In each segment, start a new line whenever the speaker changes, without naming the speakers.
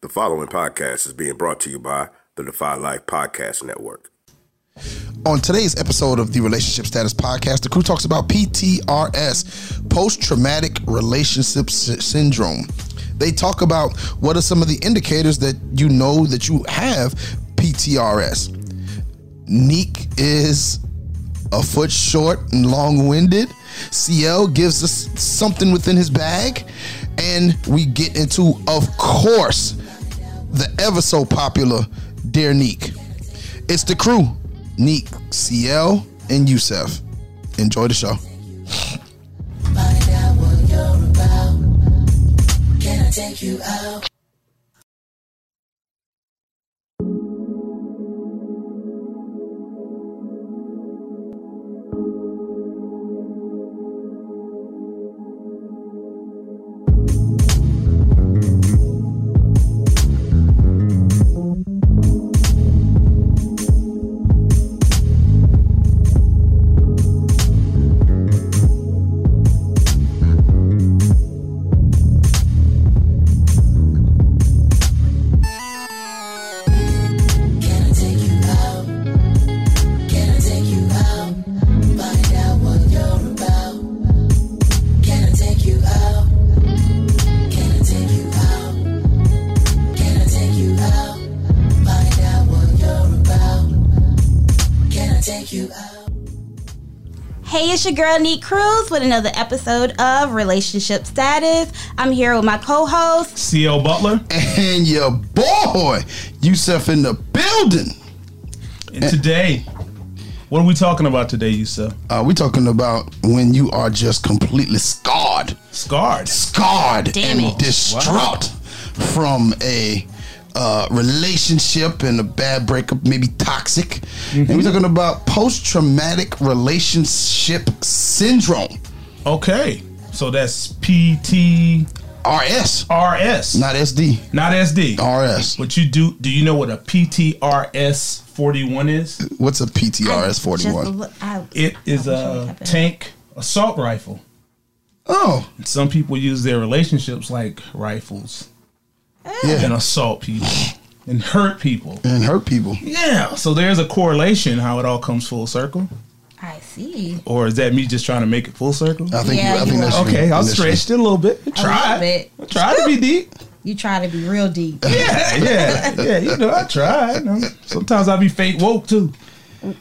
The following podcast is being brought to you by the Defy Life Podcast Network.
On today's episode of the Relationship Status Podcast, the crew talks about PTRS, post traumatic relationship S- syndrome. They talk about what are some of the indicators that you know that you have PTRS. Neek is a foot short and long winded. CL gives us something within his bag. And we get into, of course, the ever so popular Dear Neek. It's the crew, Neek, CL, and Yusef. Enjoy the show.
Find out what you're about. Can I take you out? Can I take you out? Can I take you out? Find out what you're about. Can I take you out? Can I take you out? Can I take you out? Find out what you're about. Can I take you out?
Hey, it's your girl Neat Cruz with another episode of Relationship Status. I'm here with my co-host.
CL Butler.
And your boy, Yusef in the building.
And today, what are we talking about today, Yusuf?
Uh, we talking about when you are just completely scarred,
Scarred.
scarred
Damn
and
it.
distraught from a uh, relationship and a bad breakup, maybe toxic. And we're talking about post traumatic relationship syndrome,
Okay. So that's PTRS.
RS, not SD,
Not SD.
RS.
But you do do you know what a PTRS 41 is?
What's a PTRS forty
Just
one?
look- I-
It is
I wish I would
a
have it.
tank assault rifle.
Oh,
And some people use their relationships like rifles and
yeah,
assault people and hurt people.
and hurt people.
Yeah, so there's a correlation how it all comes full circle.
I see.
Or is that me just trying to make it full circle?
I think.
Yeah,
I
you
think that's
are.
you.
Okay, I'll
That's you.
stretch it a little bit. Try.
bit.
I tried to be deep.
You try to be real deep.
Yeah, yeah, yeah. You know, I tried. Um, Sometimes I be fake woke too.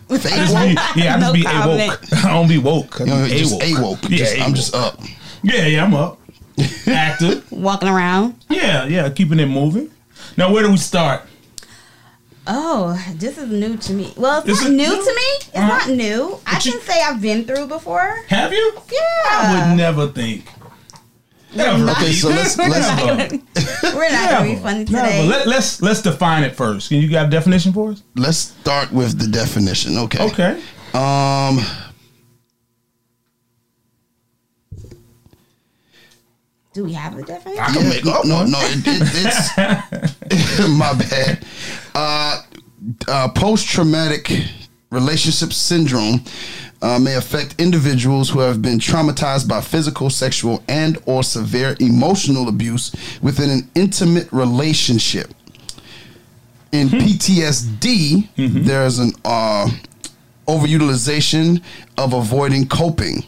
Fake
I just
woke.
be, yeah, I just
No
be
comment.
awoke. I don't be woke. I
You know,
be
just
awoke.
awoke.
Yeah,
Just- I'm
awoke.
just up.
Yeah, yeah, I'm up. Active.
Walking around.
Yeah, yeah, keeping it moving. Now, where do we start?
Oh, this is new to me. Well, it's
Is
not
it
new
new?
to me. It's
Uh-huh.
not new. I
But you-
can say I've been through before.
Have you?
Yeah.
I would never think. Ever.
Okay, so let's- let's-
Never.
We're not gonna be funny
Never.
today.
Let, let's let's define it first. Can you got a definition for us?
Let's start with the definition. Okay.
Okay.
Um.
Do we have a definition?
I can
yeah,
make up
no,
one.
no, it, it, it's my bad. Uh, uh, Post traumatic relationship syndrome uh, may affect individuals who have been traumatized by physical, sexual, and or severe emotional abuse within an intimate relationship. In PTSD, there's an uh, overutilization of avoiding coping.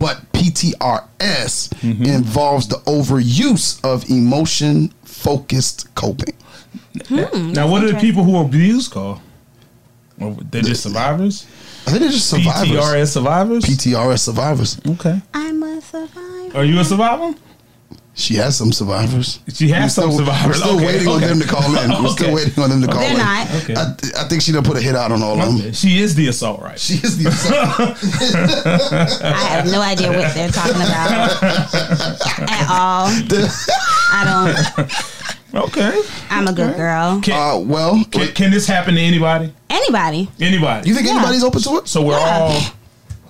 But PTRS
Mm-hmm.
involves the overuse of emotion focused coping.
Now, what are the people who are abused called? Well, they're just survivors.
I think they're just survivors. PTRS,
PTRS survivors.
survivors.
okay.
I'm a survivor.
Are you a survivor?
She has some survivors.
She has
We're
some
still-
survivors.
We're still
Okay,
waiting
okay.
on them to call in. We're still
Okay.
waiting on them to call
They're
in.
not.
Okay.
I, th- I think she done put a hit out on all of them.
She is the assault rifle.
She is the
I have no idea what they're talking about at all. I don't.
okay.
I'm a good girl.
Can,
uh, well.
can, can this happen to anybody?
Anybody.
Anybody.
you think
Yeah.
anybody's open to it?
so we're
Yeah.
all.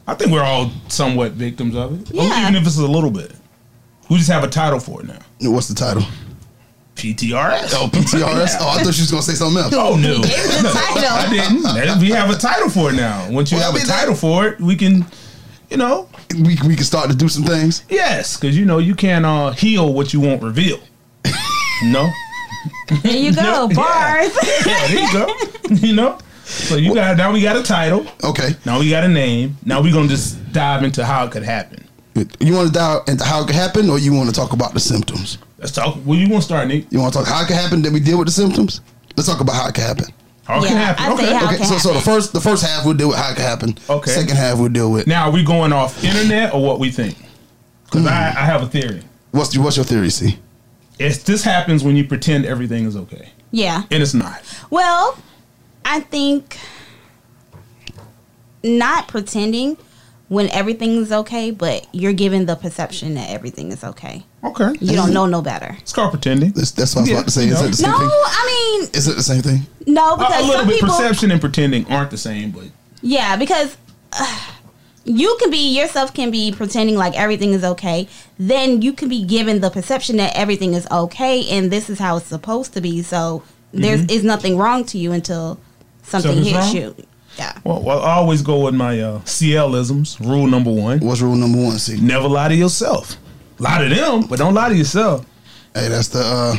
I think we're all somewhat victims of it. Oh,
Yeah.
Even if it's a little bit. We just have a title for it now.
What's the title?
PTRS.
Oh, PTRS. Oh, I thought she was gonna say something else.
Oh no!
It's the
I
title.
didn't. That- We have a title for it now. Once you
Well, I
have a
mean, that-
title for it, we can, you know,
We, we can start to do some things.
Yes, because you know you can't uh, heal what you won't reveal. no,
There you go.
Yeah.
Bars.
Yeah, there you go. you know? So you got now we got a title.
Okay.
Now we got a name. Now we're gonna just dive into how it could happen.
You want to dial into how it could happen, or you want to talk about the symptoms?
Let's talk well you wanna start, Nick.
You want to talk how it could happen? Then we deal with the symptoms. Let's talk about how it could happen.
How it
Yeah,
can happen.
I say
okay.
how-
okay.
Okay,
it could
so so the
happen.
first the first half we'll deal with how it could happen.
Okay.
Second half we'll deal with
Now are we going off internet or what we think? Because I, I have a theory.
hmm, what's what's your theory? See,
It's this happens when you pretend everything is okay.
yeah.
And it's not.
Well, I think not pretending when everything's okay, but you're given the perception that everything is okay.
Okay.
You don't know no better.
It's called pretending.
that's, that's what I was
Yeah,
about to say.
you
Is
know.
it the same
No,
thing?
I mean
Is it the same thing?
no
A, a
because
little
some
bit
people.
perception and pretending aren't the same, but
Yeah, because uh, you can be yourself can be pretending like everything is okay. Then you can be given the perception that everything is okay and this is how it's supposed to be. So there's is nothing wrong to you until something
Mm-hmm. Something's
hits
wrong?
you. Yeah.
well, well I always go with my uh, CLisms. Rule number one.
What's rule number one? See,
Never lie to yourself. Lie to them, but don't lie to yourself.
hey, that's the uh,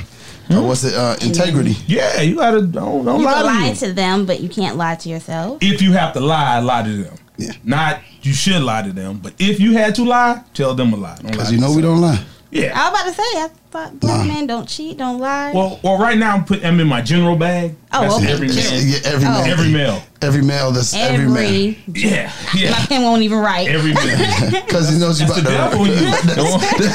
Hmm?
uh, what's it? Uh, integrity.
Yeah, you gotta don't, don't
You
lie,
can
to,
lie
you.
to them, but you can't lie to yourself.
If you have to lie, lie to them.
Yeah.
Not you should lie to them, but if you had to lie, tell them a lie. Don't lie
Because
to
you know we
yourself.
don't lie.
Yeah.
I was about to say, I thought black men don't cheat, don't lie.
Well, well, right now I'm putting them in my general bag.
Oh,
That's
okay.
every
Yeah,
man.
yeah, every
Oh.
male.
Every male.
Every male. That's every, man.
every,
Yeah.
my
Yeah.
pen won't even write.
Every man.
Because he knows you
That's
about
the
to.
devil in you.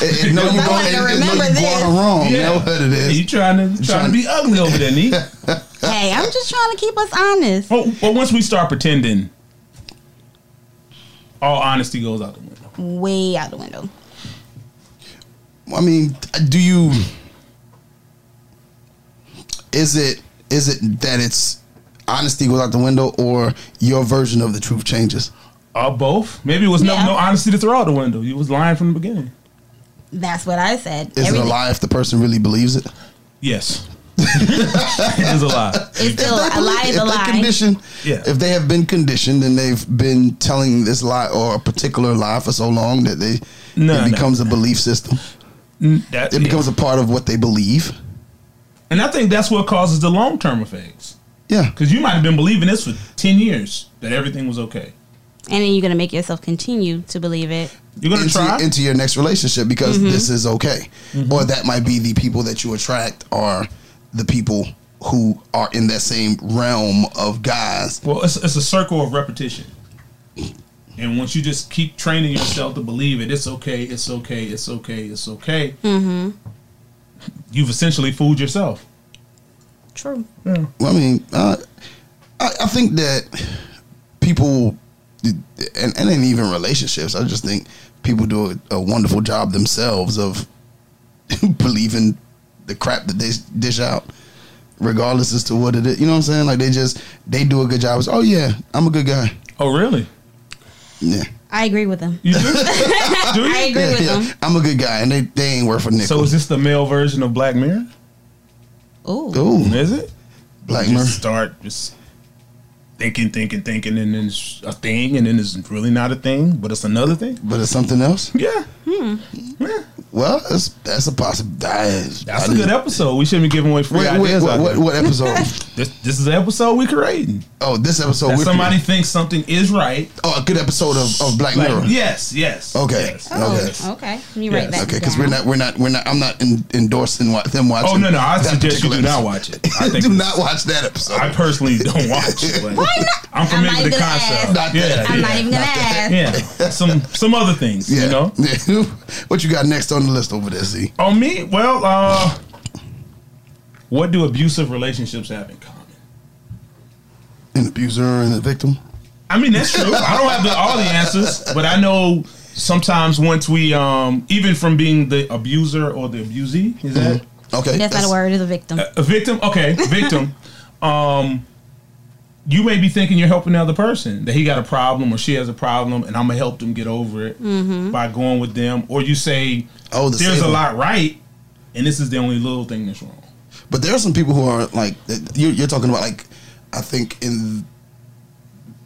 It- it know you
I
going.
wanted to
it- it know
remember
you
this.
going wrong.
Yeah.
Know what it
you
is.
trying to trying to be ugly over there, Nee.
Hey, I'm just trying to keep us honest.
Well, well, once we start pretending, all honesty goes out the window.
Way out the window.
I mean, do you? Is it is it that it's honesty goes out the window, or your version of the truth changes?
Uh, both. Maybe it was no,
Yeah.
no honesty to throw out the window. You was lying from the beginning.
That's what I said.
Is it a
Everything-
lie if the person really believes it?
Yes. it is a lie.
It's still
If they
a lie
believe-
is
if
a
they
lie.
Condition,
Yeah.
If they have been conditioned and they've been telling this lie or a particular lie for so long that they
No,
it
no,
becomes a belief system.
Mm, That,
It becomes a part of what they believe.
and I think that's what causes the long term effects.
Yeah.
Because you might have been believing this for 10 years that everything was okay.
And then you're going to make yourself continue to believe it.
You're going to
into,
try.
into your next relationship because this is okay. Or that might be the people that you attract are the people who are in that same realm of guys.
well, it's, it's a circle of repetition. And once you just keep training yourself to believe it, it's okay, it's okay, it's okay, it's okay,
Mm-hmm.
you've essentially fooled yourself.
True.
Well, I mean, uh, I, I think that people, and, and ain't even relationships. I just think people do a, a wonderful job themselves of believing the crap that they dish out, regardless as to what it is. You know what I'm saying? Like they just they do a good job. It's, oh yeah, I'm a good guy.
Oh, really?
Yeah.
I agree with them.
You do? do you?
I agree with
Yeah,
them.
I'm a good guy, and they, they ain't worth a nickel.
So is this the male version of Black Mirror?
Ooh.
Ooh,
Is it?
Black
You
Mirror.
just start just thinking, thinking, thinking, and then it's a thing, and then it's really not a thing, but it's another thing.
But it's something else.
Yeah, yeah.
Well, that's that's a possibility.
that's a good episode. We shouldn't be giving away free
Wait, wait,
ideas.
what,
out
what,
there.
what episode?
This, this is the episode we creating.
oh, this episode.
That
we're-
somebody thinks something is right.
Oh, a good episode of, of Black
Like,
Mirror.
yes, yes.
Okay.
yes.
Okay.
Oh, okay. Let me write
Yes.
that
Okay, because
down.
we're not, we're not, we're not. I'm not in, endorsing wa- them watching.
Oh no, no. I
that
suggest you
particular
do
episode.
not watch it. I
do not watch that
I
episode.
personally don't watch it. but I'm
not
familiar with the
even gonna
concept.
ask.
Not
yeah,
that.
yeah.
I'm not even going to ask.
yeah. Some some other things.
Yeah.
You know.
Yeah. what you got next on the list over there, Z?
On me, well, uh, what do abusive relationships have in common?
An abuser and a victim.
I mean, that's true. I don't have the, all the answers, but I know sometimes once we, um, even from being the abuser or the abusee, is that
Okay,
That's not a word. It's a
Uh,
victim.
a victim? Okay, victim. um, you may be thinking you're helping the other person that he got a problem or she has a problem, and I'm gonna help them get over it by going with them. Or you say,
Oh, the
there's a
saver.
lot right, and this is the only little thing that's wrong."
But there are some people who are like that- you're, you're talking about like I think in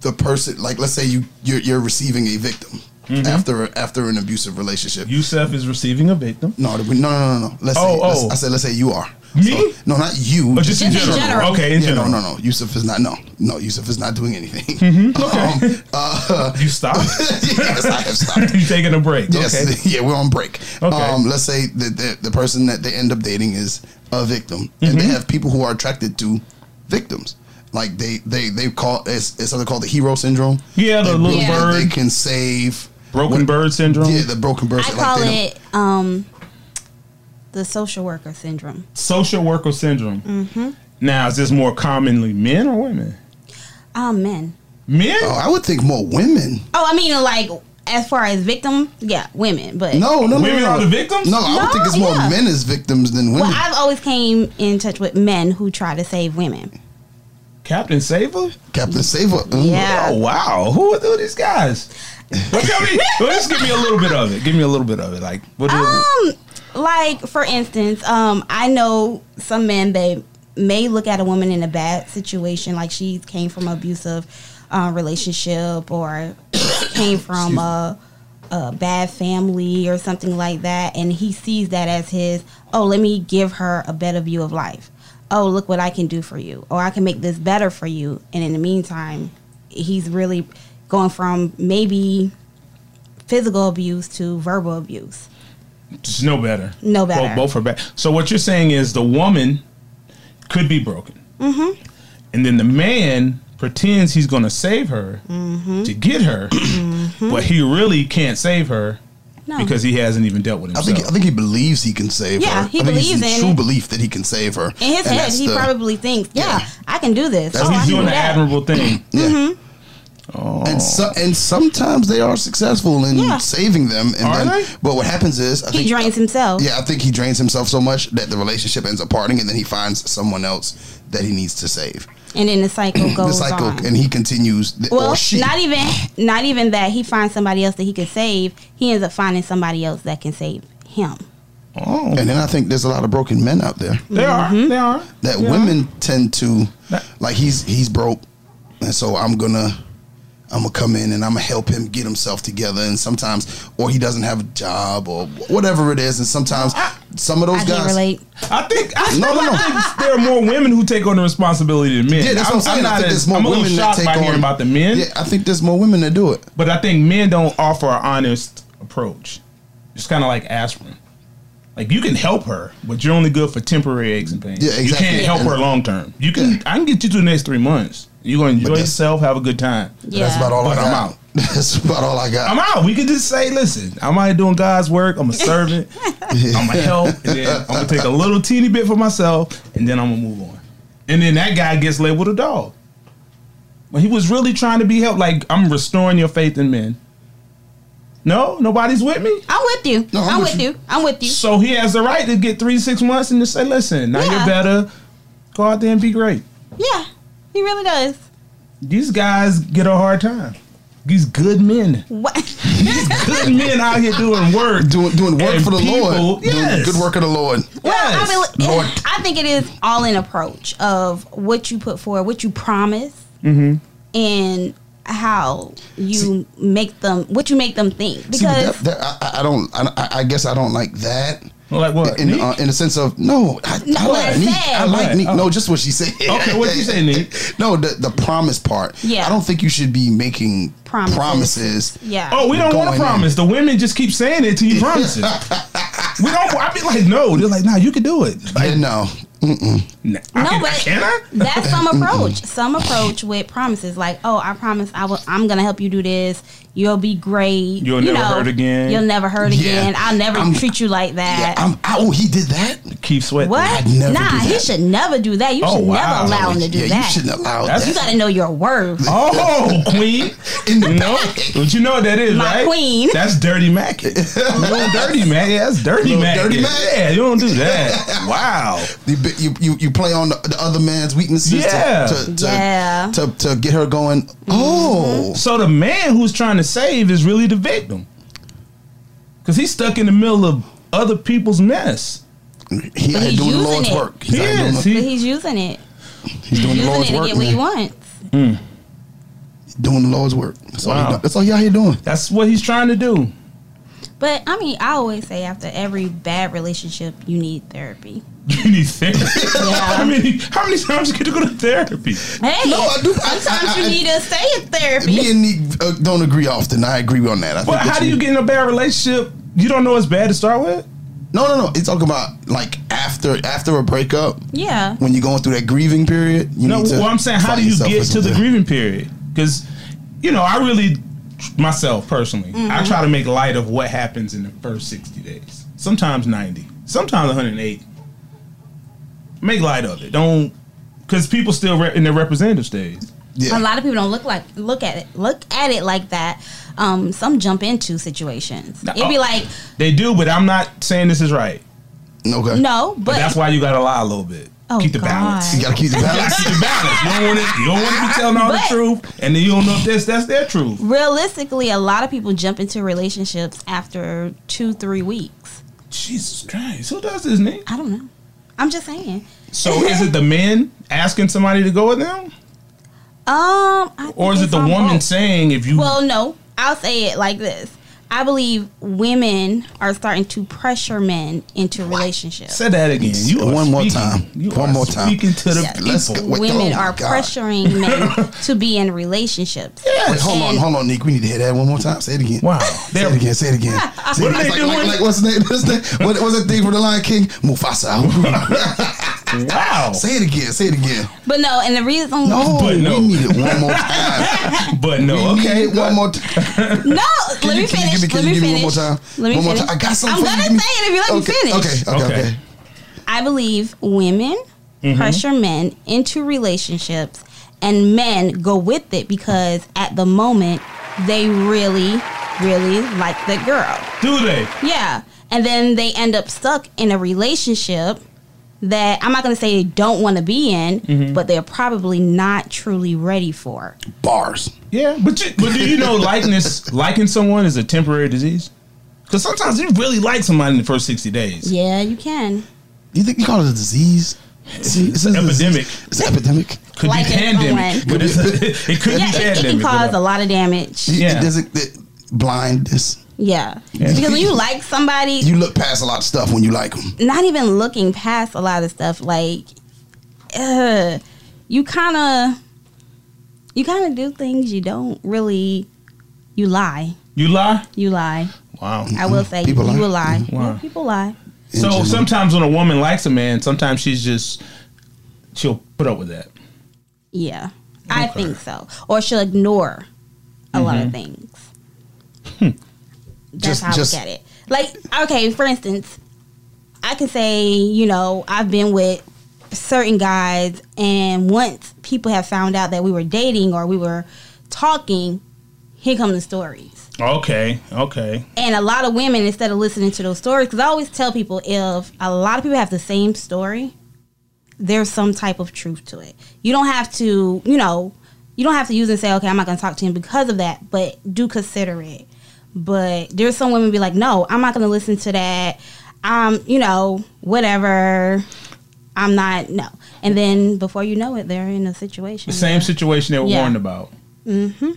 the person like let's say you you're, you're receiving a victim
Mm-hmm.
after after an abusive relationship.
Yusef is receiving a victim.
no, we- no, no, no, no. Let's
Oh,
say, let's-
oh.
I said, let's say you are.
Me?
no, not you.
Or Oh, just, in
Just in
general.
general.
Okay, in
yeah,
general.
no, no, no. Yusuf is not. No, no. Yusuf is not doing anything.
Mm-hmm.
Um, uh,
You stop.
yes, I have stopped.
you taking a break. Okay.
Yes, yeah, we're on break.
Okay.
Um, let's say that the, the person that they end up dating is a victim, and
Mm-hmm.
they have people who are attracted to victims. Like they they they call it's, it's something called the hero syndrome.
Yeah, the
They
little
believe
Yeah.
that They
bird,
can save.
broken bird syndrome.
Yeah, the broken bird.
I
like they
call
don't-
it um, the social worker syndrome.
Social worker syndrome.
Mm-hmm.
Now, is this more commonly men or women?
Oh, men.
Men?
Oh, I would think more women.
Oh, I mean, like as far as victim, yeah, women. But
No, no, no,
Women
no, no.
are the victims?
No, I would
No,
think it's more
yeah.
men as victims than women.
Well, I've always came in touch with men who try to save women.
Captain Saver?
Captain Saver. mm,
Yeah.
Oh wow! Who are, who are these guys? Well, tell me, well, just give me a little bit of it. Give me a little bit of it. Like what is it?
Um, like for instance, um, I know some men they may look at a woman in a bad situation, like she came from abusive uh, relationship or came from a, a bad family or something like that, and he sees that as his. Oh, let me give her a better view of life. Oh, look what I can do for you, or I can make this better for you. And in the meantime, he's really going from maybe physical abuse to verbal abuse.
It's no better.
No
Bo-
better.
Both, are bad. So what you're saying is the woman could be broken, mm-hmm. and then the man pretends he's going to save her
Mm-hmm.
to get her, but he really can't save her
No.
because he hasn't even dealt with
I
himself.
think I think he believes he can save
Yeah,
her.
he
I think
believes
it's
in
true
it.
belief that he can save her.
In his
And
head,
that's
he
the-
probably thinks, yeah, I can do this.
That's
oh,
what
I
he's
can
doing
do
an
that.
admirable thing.
Yeah.
Mm-hmm.
Oh. And so, and sometimes they are successful in
Yeah.
saving them. And
Are
then,
they?
but what happens is I
He
think,
drains himself.
Yeah, I think he drains himself so much that the relationship ends up parting, and then he finds someone else that he needs to save.
And then the cycle
The
goes
cycle,
on.
and he continues. th-
well,
or she.
not even not even that he finds somebody else that he could save. He ends up finding somebody else that can save him.
Oh,
and then I think there's a lot of broken men out there
there
Mm-hmm.
are, there are
that
There are.
women tend to
That-
like. He's he's broke, and so I'm gonna. I'm gonna come in and I'm gonna help him get himself together. And sometimes, or he doesn't have a job, or whatever it is. And sometimes, some of those
I can
guys,
relate.
I think I
No, no, no.
think there are more women who take on the responsibility than men.
Yeah, that's what I'm saying. i
not
think
as-
there's more
I'm a little
women that
shocked
take
by
on
hearing about the men,
Yeah, I think there's more women that do it.
but I think men don't offer an honest approach. It's kind of like aspirin. Like you can help her, but you're only good for temporary aches and pains.
Yeah,
You
exactly.
can't help her long term. You can.
Yeah.
I can get you to the next three months. You're gonna enjoy
that's-
yourself, have a good time.
Yeah.
That's about all
But
I
I'm
got.
out.
That's about all I got.
I'm out. We can just say, listen, I'm out here doing God's work. I'm a servant. I'm a help. And then I'm gonna take a little teeny bit for myself, and then I'm gonna move on. And then that guy gets labeled a dog. When he was really trying to be helped, like I'm restoring your faith in men. No, nobody's with me.
I'm with you.
No,
I'm,
I'm with
with you. I'm with you.
So he has the right to get three, six months and to say, listen, now
Yeah.
you're better. Go out there and be great.
Yeah, he really does.
These guys get a hard time. These good men.
What?
These good men out here doing work.
doing doing work
And
for the
people-
Lord. Doing
yes.
good work of the Lord.
Yes.
Well, I, mean,
Lord.
I think it is all an approach of what you put forward, what you promise,
Mm-hmm.
and how you make them, what you make them think. Because
See, but that, that, I- I, I don't. I, I- I guess I don't like that.
Like what?
In,
Nick?
uh, in the sense of no, I, I
No,
like
that's
Neek.
sad.
I like
Right.
Neek. No,
Oh.
just what she said.
Okay, what you say, Neek?
no, the the promise part.
Yeah.
I don't think you should be making
Promises.
promises.
yeah.
Oh, we don't
Going
want to promise. The women just keep saying it to you promises. we don't. I be like, no. They're like, nah, you can do it. Like,
Yeah, no,
nah, I
No,
can,
but
can I?
that's some approach. Some approach with promises, like, "Oh, I promise I will. I'm gonna help you do this. You'll be great.
You'll
you
never hurt again.
You'll never hurt
Yeah.
again. I'll never
I'm-
treat you like
yeah,
that."
I'm out. Oh, he did that.
Keep sweating.
what?
never do
Nah, he
that.
should never do that. You
Oh,
should
wow.
never allow him to do
yeah,
that.
you shouldn't allow
That's-
You
that.
gotta know your worth.
Oh, queen.
In the
No,
back.
but you know what that is,
My
right?
queen.
That's dirty Mac. Little dirty Mac. Yeah, that's dirty
Little
Mac.
dirty Mac.
Yeah, you don't do that. Wow.
You, bi- you, you, you play on the, the other man's weaknesses
Yeah.
to, to, to,
Yeah. Mm-hmm.
to, to get her going. Oh,
So the man who's trying to save is really the victim, because he's stuck in the middle of other people's mess.
he
But
ain't
he's
doing the
using
Lord's
it.
work.
He
out here doing
is.
the-
But he's using it.
he's doing the
using it
Lord's
to
work.
get what he
man.
wants.
doing the Lord's work. That's, all,
Wow.
he, do- that's all he out here doing.
That's what he's trying to do.
But I mean, I always say after every bad relationship, you need therapy.
You need therapy.
Yeah.
How many how many times you get to go to therapy?
Hey,
No, I do- I-
sometimes
I-
you
I-
need to stay in therapy.
Me and Nick uh, don't agree often. I agree on that. I
But
think that
how do you get in a bad relationship? You don't know it's bad to start with.
No, no, no. He's talking about like after after a breakup
yeah.
when you're going through that grieving period. You
No,
need to
well, I'm saying, how
find
do you
yourself
get
with
to the
something.
grieving period? Because, you know, I really, myself personally,
Mm-hmm.
I try to make light of what happens in the first 60 days. Sometimes 90, sometimes 108. Make light of it. Don't, because people still re- in their representative stage.
Yeah.
A lot of people don't look like look at it look at it like that. Um, some jump into situations. It'd be
Uh,
like
They do, but I'm not saying this is right.
Okay.
no, but,
But that's why you got to lie a little bit.
Oh,
Keep the balance.
God.
You gotta keep the balance.
Keep the balance. You don't want to. You don't want to be telling all
But-
the truth, and then you don't know if that's that's their truth.
realistically, a lot of people jump into relationships after two three weeks.
Jesus Christ, who does this, Nick?
I don't know. I'm just saying.
So is it the men asking somebody to go with them,
Um, I
or
think
is it
it's
the
on
woman
both.
saying if you?
Well, no. I'll say it like this. I believe women are starting to pressure men into relationships.
said that again. You are
One more
speaking-
time.
You
One
are
more time.
Speaking to the
Yeah,
people.
let's go. Wait,
women
oh my
are
God.
pressuring men to be in relationships.
Yes.
Wait, hold on,
And-
hold on, Nick. We need to hear that one more time. Say it again.
Wow.
Say it again. Say it again. Say
What
it
are
again.
they
It's like,
doing?
like, like, what's the name? What's the, what, what's that thing from the Lion King? Mufasa.
Wow.
say it again. Say it again.
But no, and the reason
No,
But no.
we need it one more time.
But no.
We need
Okay.
it one more time.
No, let
Can
me
you- can you give me-
finish. let
can
me
you give me one
finish.
more time?
Let me
One more
finish.
time. I got something
I'm
for you.
gonna
Give me-
say it if you let
okay,
me finish.
Okay, okay,
Okay.
okay.
I believe women pressure men into relationships, and men go with it because at the moment they really, really like the girl.
Do they?
Yeah, and then they end up stuck in a relationship that I'm not gonna say they don't want to be in, but they're probably not truly ready for.
Bars.
Yeah. But you, but do you know likeness liking someone is a temporary disease? Because sometimes you really like somebody in the first sixty days.
Yeah, you can.
You think you call it a disease? See,
It's
it
an
says disease.
epidemic.
It's an epidemic.
Could
Liking
be pandemic.
someone.
But it's it could
Yeah, it, it
be pandemic.
can
but
cause a lot of damage.
It-
Yeah.
It doesn't it, blindness.
Yeah. Because when you like somebody,
You look past a lot of stuff when you like them.
not even looking past a lot of stuff, like, uh, you kind of, you kind of do things you don't really, you lie.
You lie.
You lie.
Wow.
I will say,
People
you
lie.
will lie.
Wow.
Yeah, people lie.
So
general.
sometimes when a woman likes a man, sometimes she's just she'll put up with that.
Yeah. I think so. Or she'll ignore a lot of things. That's
Mm-hmm. Hmm. Just-
how I
just-
look at it. Like, okay, for instance, I can say, you know, I've been with certain guys, and once people have found out that we were dating or we were talking, here come the stories.
Okay, okay.
And a lot of women, instead of listening to those stories, because I always tell people if a lot of people have the same story, there's some type of truth to it. You don't have to, you know, you don't have to use and say, okay, I'm not going to talk to him because of that, but do consider it. But there's some women be like, no, I'm not going to listen to that. Um, you know, whatever. I'm not no. And then before you know it, they're in a situation.
The same situation they were
Yeah.
warned about. Mm-hmm.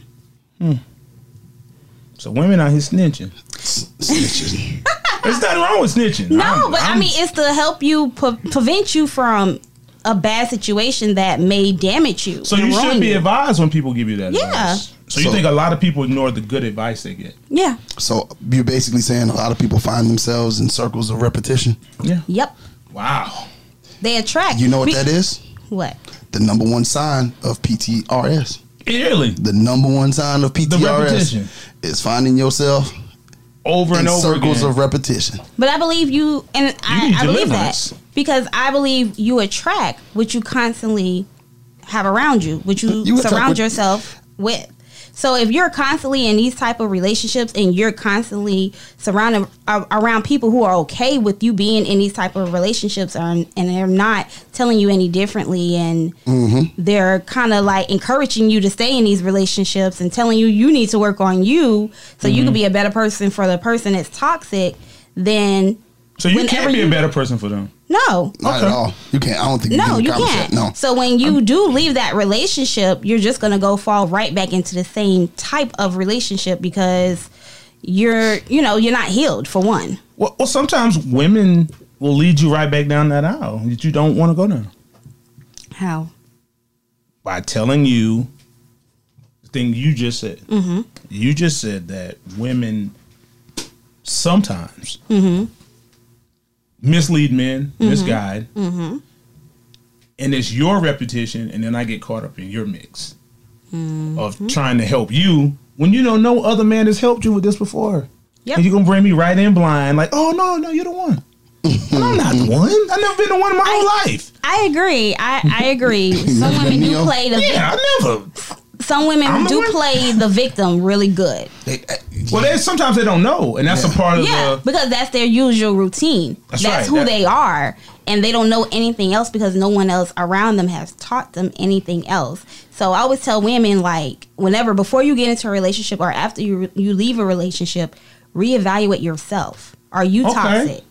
So women out here snitching.
Snitches.
There's nothing wrong with snitching.
No, but i mean, it's to help you pre- prevent you from a bad situation that may damage you.
so
and
you
ruin
should be
you.
advised when people give you that.
Yeah.
Advice. So you
So-
think a lot of people ignore the good advice they get?
yeah.
so you're basically saying a lot of people find themselves in circles of repetition.
Yeah.
Yep.
Wow.
They attract.
You know what
Be-
that is?
What?
The number one sign of PTRS.
Really?
The number one sign of PTRS
repetition.
is finding yourself
Over
in
and over
circles
again.
of repetition.
But I believe you, and I,
need
I believe
deliverance.
that because I believe you attract what you constantly have around you, what you,
You attract
surround
what-
yourself with. So if you're constantly in these type of relationships and you're constantly surrounded uh, around people who are okay with you being in these type of relationships and, and they're not telling you any differently and they're kind of like encouraging you to stay in these relationships and telling you you need to work on you so you can be a better person for the person that's toxic then
so you
whenever
can't be
you-
a better person for them.
No.
Not at
Okay.
all. You can't. I don't think.
No,
can
you
accomplish
can't.
that. No.
So when you do leave that relationship, you're just gonna go fall right back into the same type of relationship because you're, you know, you're not healed for one.
Well, well, sometimes women will lead you right back down that aisle that you don't want to go down
How?
by telling you the thing you just said. You just said that women sometimes mislead men, misguide, and it's your repetition, and then I get caught up in your mix of trying to help you when you know no other man has helped you with this before.
Yep.
And you're gonna bring me right in blind, like, oh no, no, you're the one. And I'm not the one. I've never been the one in my whole life.
I agree. I, I agree. Some women do
Neo?
play the
Yeah, I never.
some women
I'm the
do
one.
play the victim really good.
They- uh,
Well, they, sometimes they don't know, and that's a part of
Yeah,
the.
because that's their usual routine.
That's
That's,
right.
who
That-
they are. And they don't know anything else because no one else around them has taught them anything else. So I always tell women like whenever before you get into a relationship or after you you leave a relationship, reevaluate yourself. Are you
Okay.
toxic?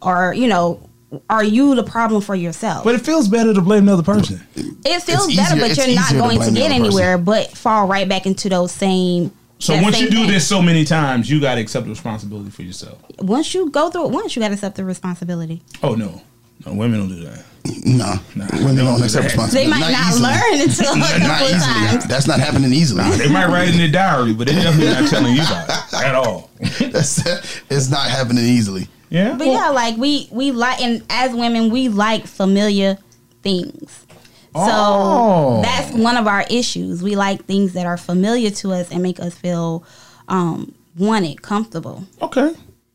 Or, you know, are you the problem for yourself?
But it feels better to blame another person.
it feels
It's
better,
easier-
but
it's
you're not
easier to
going to,
blame the
get
other person.
anywhere but fall right back into those same
So
that
once you
same
do
thing.
this so many times, you got to accept the responsibility for yourself.
once you go through it once, you gotta accept the responsibility.
Oh no, no women don't do that.
nah. Women
don't
don't
do
accept
that.
responsibility.
They might not,
easily.
learn until a couple
Not
of
easily.
times.
That's not happening easily.
They might write in their diary, but they're definitely not telling you about it at all.
That's, it's not happening easily.
Yeah,
But yeah, like we we like and as women we like familiar things. So
Oh.
that's one of our issues. We like things that are familiar to us and make us feel um wanted, comfortable.
okay,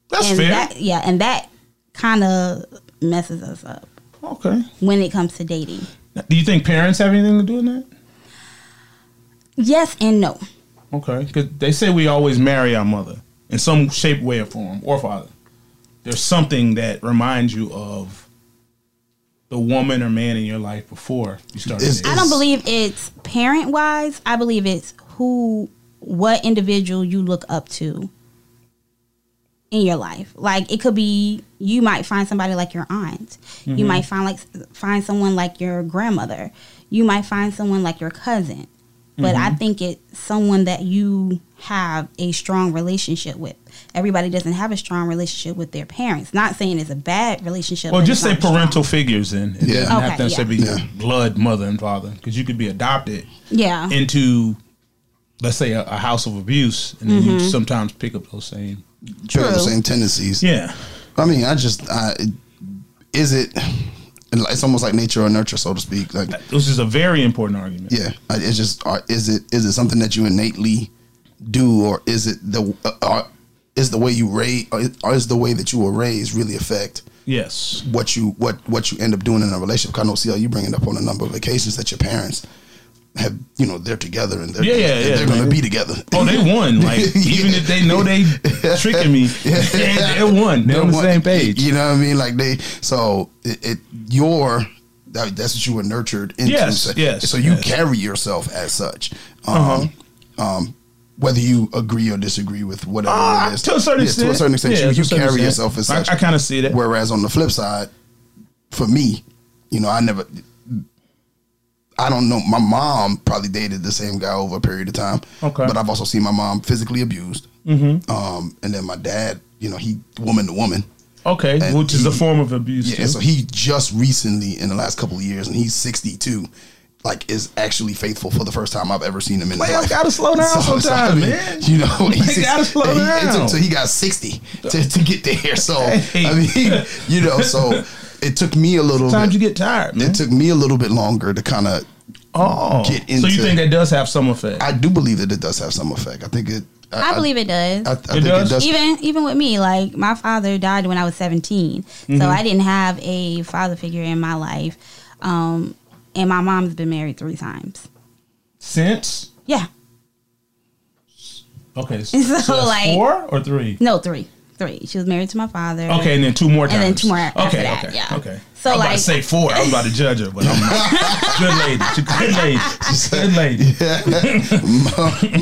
that's
and
fair.
that yeah, and that kind of messes us up
okay,
when it comes to dating.
Now, do you think parents have anything to do in that?
Yes and no.
Okay, because they say we always marry our mother in some shape, way, or form, or father. There's something that reminds you of the woman or man in your life before you started.
Is-
dating.
I don't believe it's parent wise. I believe it's who, what individual you look up to in your life. Like it could be you might find somebody like your aunt.
Mm-hmm.
You might find like find someone like your grandmother. You might find someone like your cousin. But
Mm-hmm.
I think it's someone that you have a strong relationship with. Everybody doesn't have a strong relationship with their parents. Not saying it's a bad relationship.
Well,
but
just
it's
say
not strong.
parental figures then. It
Yeah.
doesn't have to
Okay,
necessarily
yeah.
be
Yeah.
blood mother and father because you could be adopted
Yeah.
into, let's say, a, a house of abuse, and then you sometimes pick up those same.
True. The
True.
same tendencies.
Yeah.
I mean, I just, I, is it? It's almost like nature or nurture, so to speak. Like,
This is a very important argument.
yeah, I- it's just, uh, is it? Is it something that you innately do, or is it the? Uh, uh, is the way you raise, or is the way that you were raised really affect
Yes.
what you what what you end up doing in a relationship? 'Cause I know see how you bringing up on a number of occasions that your parents have, you know, they're together and they're
Yeah, yeah,
they're
yeah,
going
man.
to be together.
Oh, they won. Like, even if they know they tricking me, they, they won. They're on the
one-
same page.
You know what I mean? Like they, so it, it your that, that's what you were nurtured into.
Yes,
so,
yes,
So you
yes. Uh-huh.
carry yourself as such. Um, um, whether you agree or disagree with whatever
Ah,
it is,
to a certain
Yeah, to a
extent.
certain extent,
Yeah,
you,
to a
you
certain
carry
extent.
yourself as
I-
such.
I kinda see that.
Whereas on the flip side, for me, you know, I never. I don't know. My mom probably dated the same guy over a period of time.
Okay. Mm-hmm.
But I've also seen my mom physically abused. Um, and then my dad, you know, he woman to woman.
Okay,
And
which is
he-
a form of abuse.
Yeah,
too.
and so he just recently in the last couple of years, and he's sixty two, like is actually faithful for the first time I've ever seen him in his
Well, y'all
life.
gotta slow down sometime, man.
You know, he's
They gotta slow
and he- it
down.
took- so he got sixty to, to get there. So
Hey.
I mean, you know, so it took me a little.
Sometimes you
bit,
get tired, man.
it took me a little bit longer to kind of.
oh,
get
so you
into-
think that does have some effect?
I do believe that it does have some effect. I think it.
I believe it does.
I, I think
does?
it does.
even even with me like my father died when i was 17
Mm-hmm.
so i didn't have a father figure in my life um and my mom's been married three times
Since
yeah
okay, so,
So,
that's
like-
four or three?
no three three she was married to my father
Okay, and then two more times.
and then two more
Okay,
after that
okay,
yeah
okay.
So
I'm about
like,
to say four. I'm about to judge her, but I'm not. good lady. She's a good lady. She's a good lady.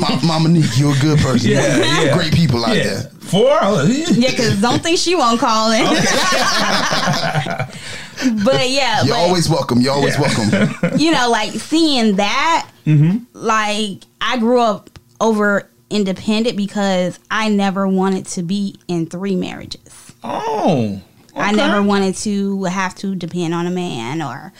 Ma- Mama Nick, you're a good person.
Yeah, yeah.
Great people out
Yeah.
there.
Four? Oh, yeah.
yeah, because don't think she won't call in. but yeah,
You're
but,
always welcome. You're always welcome.
you know, like seeing that,
Mm-hmm.
like I grew up over independent because I never wanted to be in three marriages.
Oh.
I
okay.
never wanted to have to depend on a man, or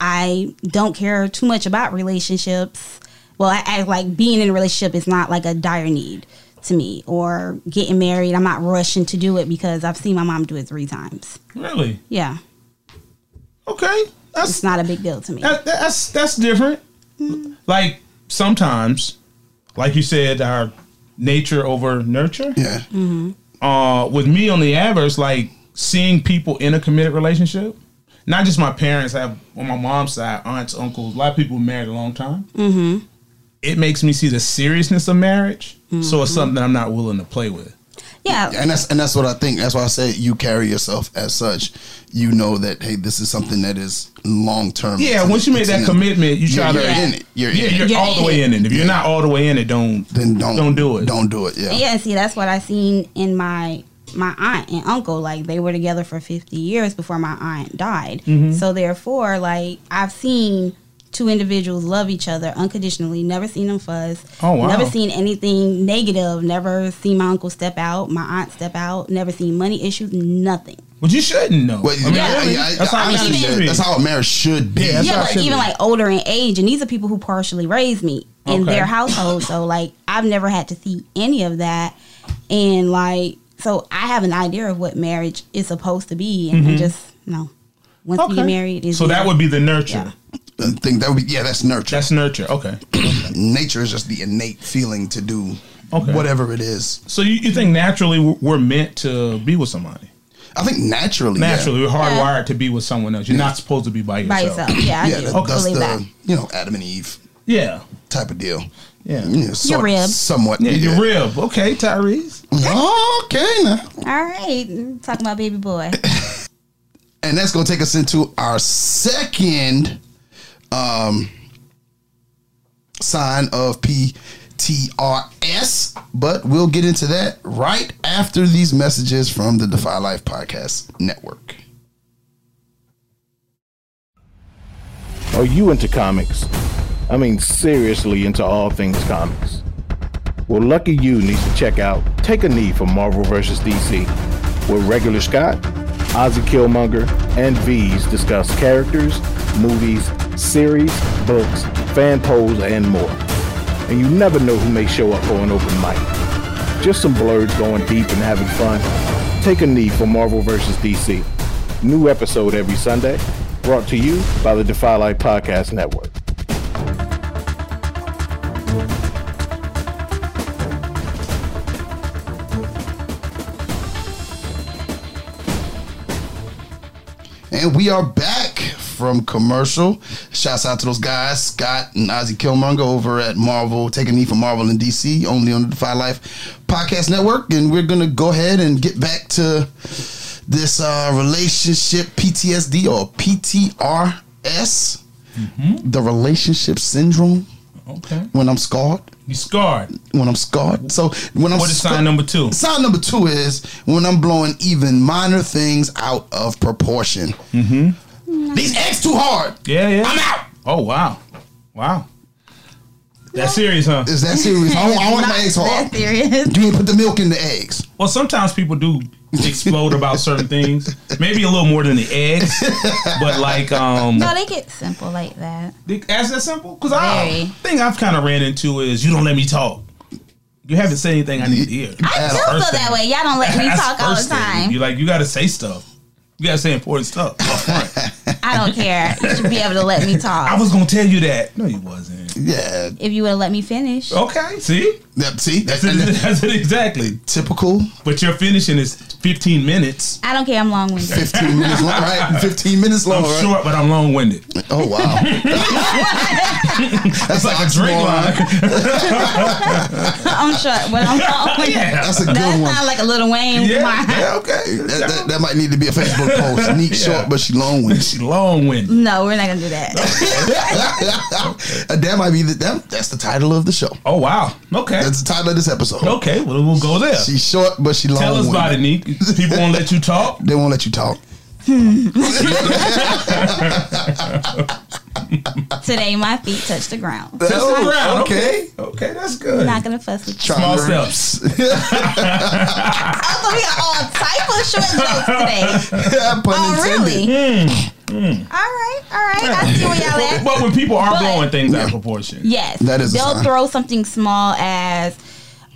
I don't care too much about relationships. Well, I, I like being in a relationship is not like a dire need to me, or getting married. I'm not rushing to do it because I've seen my mom do it three times.
Really?
Yeah,
Okay. That's
it's not a big deal to me.
that, that's that's different. Like sometimes, like you said, our nature over nurture.
Yeah.
Mm.
Uh, with me on the adverse, like seeing people in a committed relationship. Not just my parents. I have on my mom's side, aunts, uncles. A lot of people married a long time. Mm-hmm. It makes me see the seriousness of marriage. So it's something that I'm not willing to play with.
Yeah,
And that's and that's what I think. That's why I said you carry yourself as such. You know that hey, this is something that is long term.
Yeah, once you make that commitment, you try
you're,
to
you're in it. You're
yeah,
in
you're
it.
You're
all the
in
way
it.
in it. If you're not all the way in it, don't
Then don't
don't do it.
Don't do it. Yeah.
yeah. And see, that's what I seen in my my aunt and uncle. Like they were together for fifty years before my aunt died.
Mm-hmm.
So therefore, like I've seen two individuals love each other unconditionally. Never seen them fuss.
Oh, wow.
Never seen anything negative. Never seen my uncle step out. My aunt step out. Never seen money issues. Nothing.
But you shouldn't know.
But
I mean,
yeah,
really,
yeah, I-
that's how it
honestly,
should
that-
be.
that's how a marriage should be.
Yeah, That's
yeah,
how it
like
should
even
be.
like older in age, and these are people who partially raised me in
Okay.
their household. So like I've never had to see any of that, and like so I have an idea of what marriage is supposed to be, and I just no. Once you get married, is
Mm-hmm. so that would be the nurture.
I think that would be yeah. That's nurture.
That's nurture. Okay.
Nature is just the innate feeling to do
Okay.
whatever it is.
So you, you think naturally we're- we're meant to be with somebody?
I think naturally. yeah.
Naturally, we're hardwired to be with someone else. You're not supposed to be by yourself.
by yourself. Yeah, I
Yeah,
do
that, that's
believe
the
that.
you know Adam and Eve
Yeah.
type of deal.
Yeah.
You know, sort-
rib.
somewhat.
Yeah, Your rib. Okay, Tyrese.
Okay, now.
All right, mm, talking about baby boy.
and that's gonna take us into our second um sign of PTRS, but we'll get into that right after these messages from the Defy Life Podcast Network.
Are you into comics? I mean, seriously into all things comics. Well, Lucky You needs to check out Take a Knee for Marvel vs. DC, where regular Scott, Ozzy Killmonger, and V's discuss characters, movies, series, books, fan polls, and more. And you never know who may show up for an open mic. Just some blurs going deep and having fun. Take a Knee for Marvel vs. DC. New episode every Sunday, brought to you by the Defy Life Podcast Network.
And we are back from commercial. Shouts out to those guys, Scott and Ozzy Killmonger over at Marvel, taking me from Marvel in DC, only on the Defy Life Podcast Network. And we're gonna go ahead and get back to this uh, relationship PTSD or PTRS, the relationship syndrome.
Okay.
When I'm scarred,
You scarred.
when I'm scarred. So when I'm
What is
scar-
sign number two?
Sign number two is when I'm blowing even minor things out of proportion.
Mm-hmm.
These eggs too hard.
Yeah, yeah.
I'm out.
Oh wow, wow. That's serious, huh?
Is that serious? I don't, I don't want my
Not
eggs
that
hard.
serious.
You ain't put the milk in the eggs.
Well, sometimes people do explode about certain things. Maybe a little more than the eggs, but like um,
No, they get simple like that.
As that simple? Because I
Very.
thing I've kind of ran into is you don't let me talk. You haven't said anything I need to hear.
I
That's
do
first
feel
thing.
that way. Y'all don't let me
That's
talk all
first
the
thing.
time.
You like you got to say stuff. You got to say important stuff up front.
I don't care. You should be able to let me talk.
I was gonna tell you that. No, you wasn't.
Yeah.
if you would have let me finish.
Okay, see,
Yep, See, that's,
that's it, that's it exactly.
typical.
But your finishing is 15 minutes.
I don't care. I'm long winded.
Fifteen minutes long, right? Fifteen minutes long,
I'm
right?
short, but I'm long winded.
Oh wow, that's
Like a drink
oxymoron.
line.
I'm short, but I'm long winded.
Yeah.
That's a good
That
one.
sounds like a little Wayne.
Yeah.
line.
Yeah, okay. That, that, that might need to be a Facebook post. Neat, short, but she long winded.
She long winded.
No, we're not gonna do that.
that might be the, that, that's the title of the show.
Oh wow. Okay.
That's the title of this episode.
okay. Well, we'll go there.
She's short, but she long.
Tell us about it, Neek. People won't let you talk.
They won't let you talk.
Today, my feet touched the ground.
Test the ground,
Oh, okay.
Okay, that's good.
I'm not gonna fuss with you.
Try
Small
to learn.
steps.
Also, Oh, we got all type of short jokes today.
Pun
Oh,
intended.
really?
Mm,
All right, all right. I see where y'all at.
But when people are
But-
blowing things out of proportion,
Yes.
That is a
They'll
sign.
throw something small as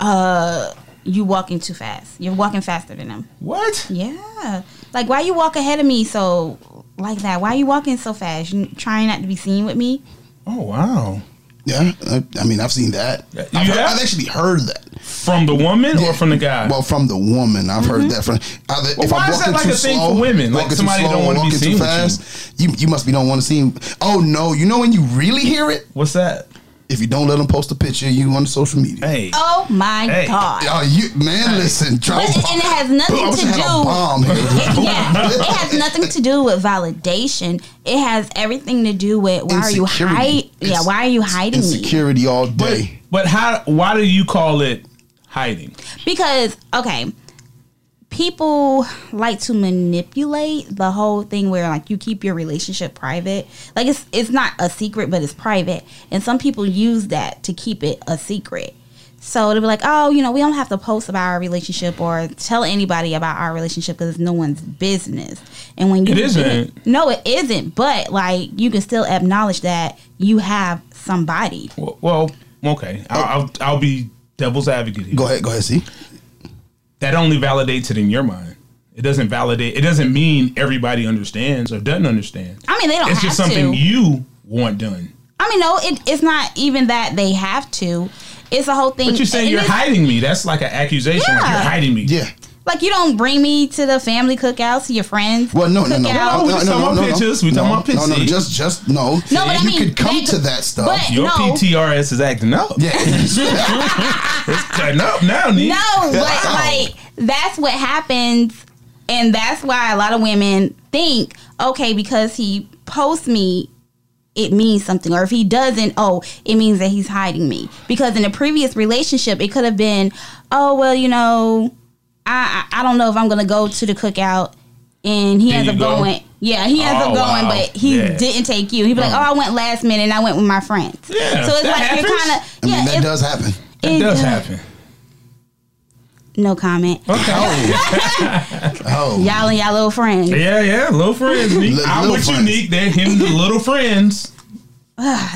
uh you walking too fast. You're walking faster than them.
what?
Yeah. Like why you walk ahead of me so like that? Why you walking so fast? You trying not to be seen with me?
Oh wow!
Yeah, I, I mean, I've seen that.
Yeah.
I've,
You
heard,
have?
I've actually heard that.
From the woman or from the guy?
Well, from the woman, I've heard that from. Either
Well,
if
why
I'm
is that
walking
like
too
a thing
slow,
for women? Like,
walking too
somebody don't
slow,
wanna be
walking too
seen with
fast, you. you must be don't want to see. him. Oh no, you know when you really hear it
What's that?
if you don't let them post a picture you on social media.
Hey,
Oh my
Hey.
god.
Oh, you man, listen, drop.
Listen, and it has nothing
I wish
to
I had
do.
A bomb here.
It- yeah, it has nothing to do with validation. It has everything to do with why are you hiding?
Insecurity.
Yeah, why are you hiding me?
Insecurity all
but
day.
but how? Why do you call it hiding?
because okay people like to manipulate the whole thing where like you keep your relationship private like it's it's not a secret but it's private and some people use that to keep it a secret so they'll be like oh you know we don't have to post about our relationship or tell anybody about our relationship because it's no one's business and when you
It isn't.
no it isn't but like you can still acknowledge that you have somebody
Well, well okay, I'll, I'll I'll be devil's advocate here.
Go ahead, go ahead. See,
That only validates it in your mind. It doesn't validate. It doesn't mean everybody understands or doesn't understand.
i mean they don't
It's
have
just something
to.
you want done.
I mean, no, it, it's not even that they have to. It's a whole thing.
But you say
and
you're
it's-
hiding me. That's like an accusation. Like
Yeah.
you're hiding me.
yeah.
Like you don't bring me to the family cookouts, your friends.
Well, no, no, no,
cookout.
No, we just talking about pictures. We talking
no,
about
No, no,
pictures.
just, just no.
No, but I
you
mean,
could come
that-
to that stuff.
but-
Your
No.
PTRS is acting up.
yeah,
It's cutting up now, Nick.
No, but like that's what happens, and that's why a lot of women think, okay, because he posts me, it means something, or if he doesn't, oh, it means that he's hiding me. Because in a previous relationship, it could have been, oh, well, you know, I I, I don't know if I'm gonna go to the cookout, and he
Did
ends
you
up
go?
going. Yeah, he ends
Oh,
up going,
wow.
but he
Yeah.
didn't take you. He'd be like, "Oh, I went last minute, and I went with my friends."
Yeah,
so it's like
that
you're
happens.
kind of
I
yeah.
mean that
it's-
does happen.
It does
uh,
happen.
No comment.
Oh,
y'all and y'all little friends.
Yeah, yeah, little friends. Neek.
Li-
I'm
little
with you,
friends.
Neek. They're him, the little friends.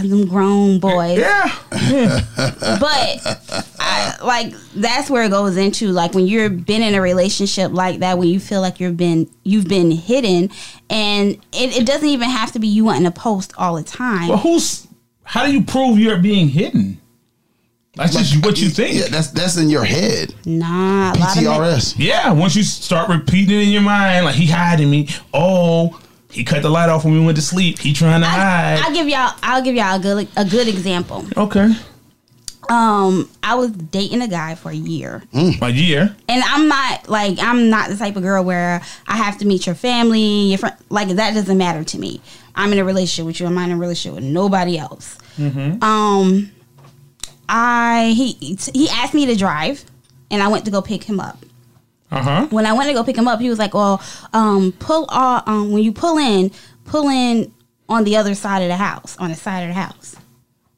Them grown boys.
Yeah,
But I, like that's where it goes into like when you are been in a relationship like that when you feel like you've been you've been hidden and it, it doesn't even have to be you wanting to post all the time.
but who's? How do you prove you're being hidden? That's just what you think.
Yeah,
Yeah,
that's that's in your head.
nah, a lot of men-
PTRS.
once you start repeating it in your mind, like he hiding me. Oh, he cut the light off when we went to sleep. He trying to
I,
hide.
I'll give y'all I'll give y'all a good a good example.
okay,
Um I was dating a guy for a year.
a year.
and I'm not like I'm not the type of girl where I have to meet your family, your friend. Like that doesn't matter to me. I'm in a relationship with you. I'm not in a relationship with nobody else. Um, I he he asked me to drive, and I went to go pick him up.
Uh huh.
When I went to go pick him up, he was like, "Well, um, pull all, um, when you pull in, pull in on the other side of the house, on the side of the house."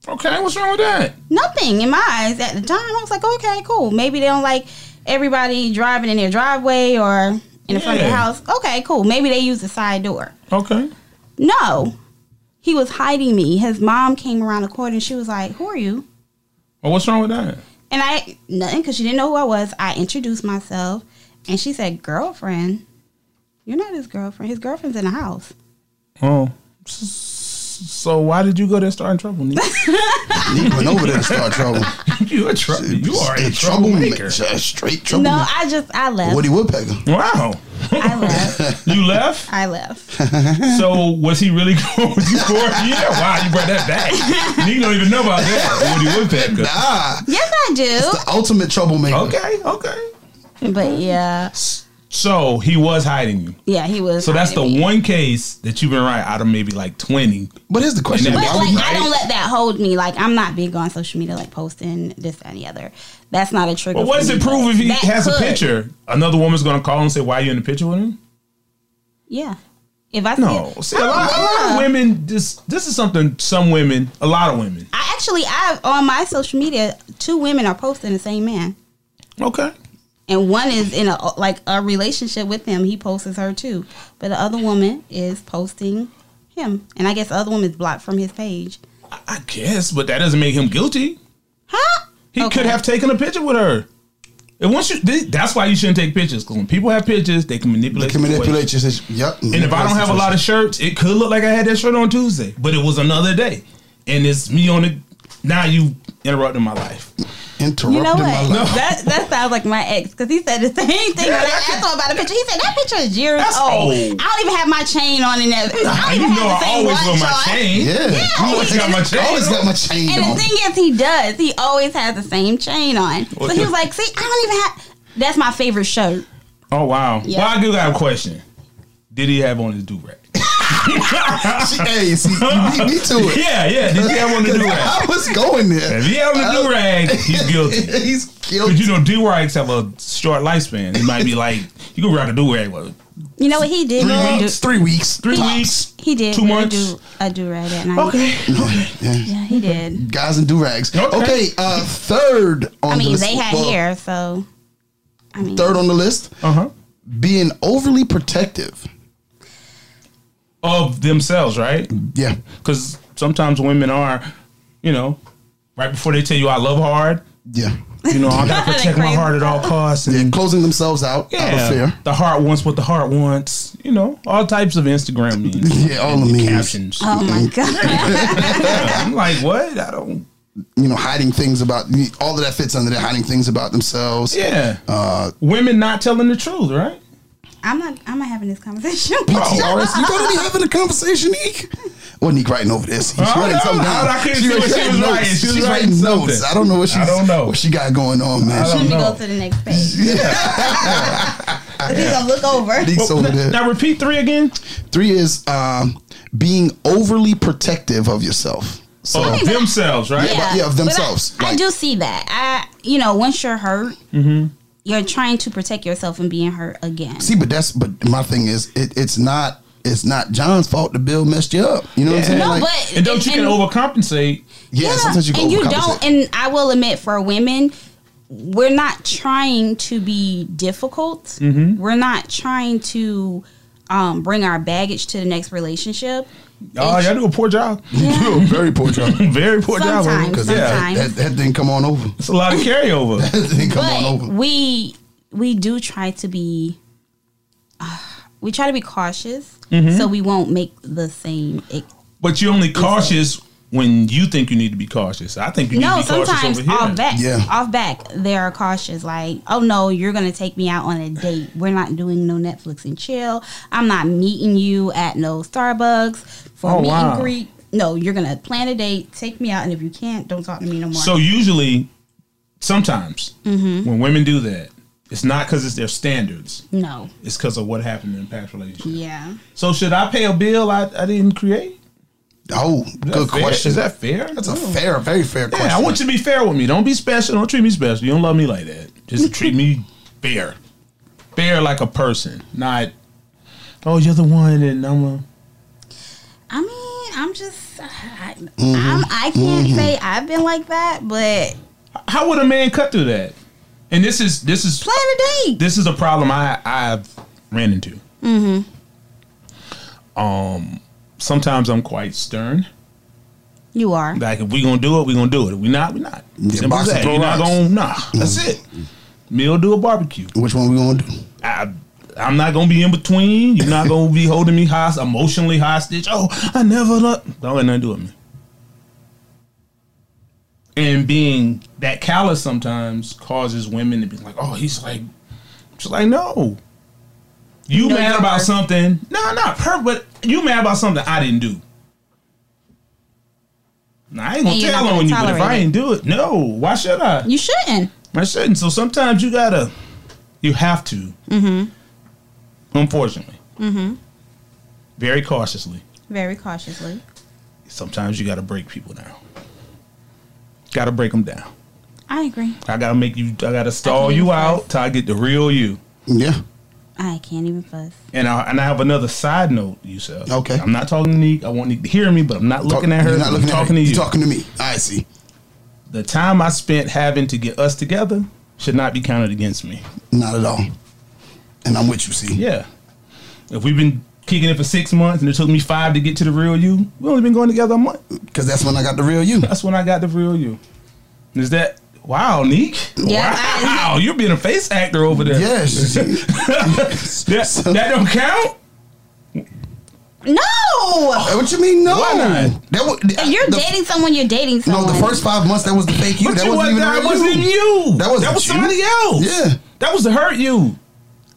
Okay, what's wrong with that?
nothing in my eyes at the time. I was like, okay, cool. Maybe they don't like everybody driving in their driveway or in the front of the
Yeah.
house. Okay, cool. Maybe they use the side door.
Okay.
No, he was hiding me. His mom came around the corner and she was like, who are you?
Well, what's wrong with that?
And I, nothing, because she didn't know who I was. I introduced myself and she said, girlfriend, you're not his girlfriend. His girlfriend's in the house.
Oh. S- So why did you go there and start in trouble? Nick?
He went over there to start trouble.
you a trouble. You are a
A
troublemaker.
just Straight trouble.
No, I just I left.
Woody Woodpecker.
Wow.
I left.
You left.
I left.
So was he really going with you for? Yeah. Wow. You brought that back. Nick don't even know about that. Woody Woodpecker.
Ah,
Yes, I do.
the ultimate troublemaker.
Okay. Okay.
But yeah,
So he was hiding you.
yeah, he was.
So that's the
hiding me.
one case that you've been right out of maybe like twenty.
But here's the question.
And
But
then-
Why
like,
would-
I don't let that hold me. Like, I'm not big on social media, like posting this, that, and the other. That's not a trigger.
But what
for
does
me,
it prove if he
that
has a
could-
picture? Another woman's gonna call and say, "Why are you in the picture with him?"
Yeah. If I see Oh,
No.
it-
See, a lot, a lot of women. This this is something some women, a lot of women.
I actually, I on my social media, two women are posting the same man,
Okay.
and one is in a like a relationship with him. He posts her too, but the other woman is posting him, and I guess the other woman is blocked from his page.
I, I guess, but that doesn't make him guilty.
Huh?
He
Okay.
could have taken a picture with her. And once you, th- that's why you shouldn't take pictures because when people have pictures, they can manipulate.
They can
the
manipulate
situation.
your situation. Yep.
And if I don't have a lot of shirts, it could look like I had that shirt on Tuesday, but it was another day, and it's me on the. Now you interrupting my life.
interrupting
You know
my
what?
life.
That that sounds like my ex because he said the same thing when
Yeah,
I
that-
asked him about a picture. He said that picture is years
That's
old.
old.
I don't even have my chain on in that. I don't
You
even
know
have
I
the same
always
watch
wear my
on.
chain.
Yeah.
Yeah.
I always got my
I always
chain.
got my chain
And
on.
the thing is, he does. He always has the same chain on. So he
Okay.
was like, "See, I don't even have." That's my favorite shirt.
Oh wow.
Yeah.
Well, I do got a question. Did he have on his do rag?
She- hey, see, you beat me to it.
Yeah, yeah. Did he have on the do rag?
I was going there.
If he had on the do rag, he's guilty.
He's
Because
guilty.
you know, do rags have a short lifespan. It might be like you can rock a do rag what,
You know what he did?
Three
really
weeks.
do-
Three weeks.
three
Tops.
weeks.
he did.
Two
really
months.
Do, I do right at night.
Okay.
Yeah, he did.
Guys in do rags. Okay.
Okay.
uh, third on
I
the
mean,
list.
they had
well,
hair, so. I mean,
Third on the list,
Uh huh.
being overly protective.
Of themselves, right?
Yeah.
Because sometimes women are, you know, right before they tell you I love hard,
Yeah.
you know, I gotta
They
protect my
crazy.
heart at all costs. And
They're closing themselves out out of
yeah,
fear.
the heart wants what the heart wants. You know, all types of Instagram memes.
Yeah, all the memes.
captions.
oh my god!
I'm like, what? I don't.
You know, hiding things about all of that fits under there, hiding things about themselves.
Yeah.
Uh,
Women not telling the truth, right?
I'm not. I'm not having this conversation.
TRS, you gonna be having a conversation, Eek? Well, Neek writing over this. She's
I
writing
know,
something down.
I couldn't see what she
writing
was
notes.
writing. She
She's
was writing
writing
something.
notes. I don't know what she's.
I don't know.
what she got going on, man.
I
She-
don't
Let me
know.
go to the next page. But He's gonna look over.
Neek's over there.
Now repeat three again.
Three is um, being overly protective of yourself. So
Oh, themselves, right?
Yeah, but- yeah, of
But I-
themselves,
I,
like-
do see that. I, you know, once you're hurt, you're trying to protect yourself from being hurt again.
see, but that's but my thing is it, it's not it's not John's fault the bill messed you up. You know what I'm saying?
no,
Like,
but
And don't you can overcompensate.
yeah, sometimes you go
and you
overcompensate.
don't. And I will admit, for women, we're not trying to be difficult. We're not trying to um, bring our baggage to the next relationship.
Oh, y'all do a poor job.
You do a very poor job.
Very poor job.
Sometimes,
Because
sometimes.
yeah,
That, that didn't come on over.
it's a lot of carryover.
That didn't come on
but
over.
we we do try to be uh, we try to be cautious so we won't make the same ex-
but you're only cautious when you think you need to be cautious. I think you need
no
to be cautious
sometimes
over here.
off back
Yeah.
off back they are cautious like oh no you're gonna take me out on a date we're not doing no netflix and chill i'm not meeting you at no starbucks for
Oh,
meet
wow.
and greet no you're gonna plan a date take me out and if you can't don't talk to me no more
So usually, sometimes
Mm-hmm.
when women do that, it's not because it's their standards.
no
It's because of what happened in past relationship.
yeah
So should I pay a bill I, I didn't create?
Oh,
Is that
good
fair?
question.
Is that fair?
That's a fair, very fair question.
Yeah, I want you to be fair with me. Don't be special. Don't treat me special. You don't love me like that. Just treat me fair. Fair like a person, not oh you're the one and I'm a
I mean, I'm just, I, I'm, I can't say I've been like that, but
How would a man cut through that? And this is this is
plan a date.
this is a problem I I've ran into. Mm-hmm. Um, sometimes I'm quite stern.
You are.
Like if we gonna do it, we gonna do it. If we not, we not. Simple as
box and
that.
throw
You're not
rocks. Mm-hmm.
gonna nah. That's it. Meal do a barbecue.
Which one we gonna do?
I I'm not gonna be in between. You're not gonna be holding me hostage, emotionally hostage. Oh, I never. Lo-. Don't let nothing do with me. And being that callous sometimes causes women to be like, "Oh, he's like," she's like, "No, you
No,
mad
you're
about
hurt.
something? No, not her, but you mad about something I didn't do." Now, I ain't gonna
And you're
tell
not gonna
on you, but if
tolerate
I
it.
ain't do it, no. Why should I?
You shouldn't.
I shouldn't. So sometimes you gotta, you have to. Mm-hmm. Unfortunately. Mm-hmm. Very cautiously.
Very cautiously.
Sometimes you gotta break people down. Gotta break them down.
I agree.
I gotta make you. I gotta stall
can't
you
even
out till I get the real you.
Yeah.
I can't even fuss.
And I and I have another side note, you said.
Okay.
I'm not talking to Neek. I want Neek to hear me, but I'm not looking
Talk-
at her.
You're not
I'm
looking
talking
at her.
to you.
You're talking to me. I see.
The time I spent having to get us together should not be counted against me.
Not at all. And I'm with you, see.
Yeah. If we've been kicking it for six months and it took me five to get to the real you, we only been going together a month.
Because that's when I got the real you.
That's when I got the real you. Is that wow, Neek?
Yeah,
wow, you're being a face actor over there.
Yes.
That, that don't count.
No!
what you mean? No.
Why not?
That was,
If you're
the,
dating someone, you're dating
No,
someone.
the first five months that was the fake you.
But
that
you
wasn't even
wasn't that
the real
wasn't you.
That wasn't
was
you.
somebody else.
Yeah.
That was to hurt you.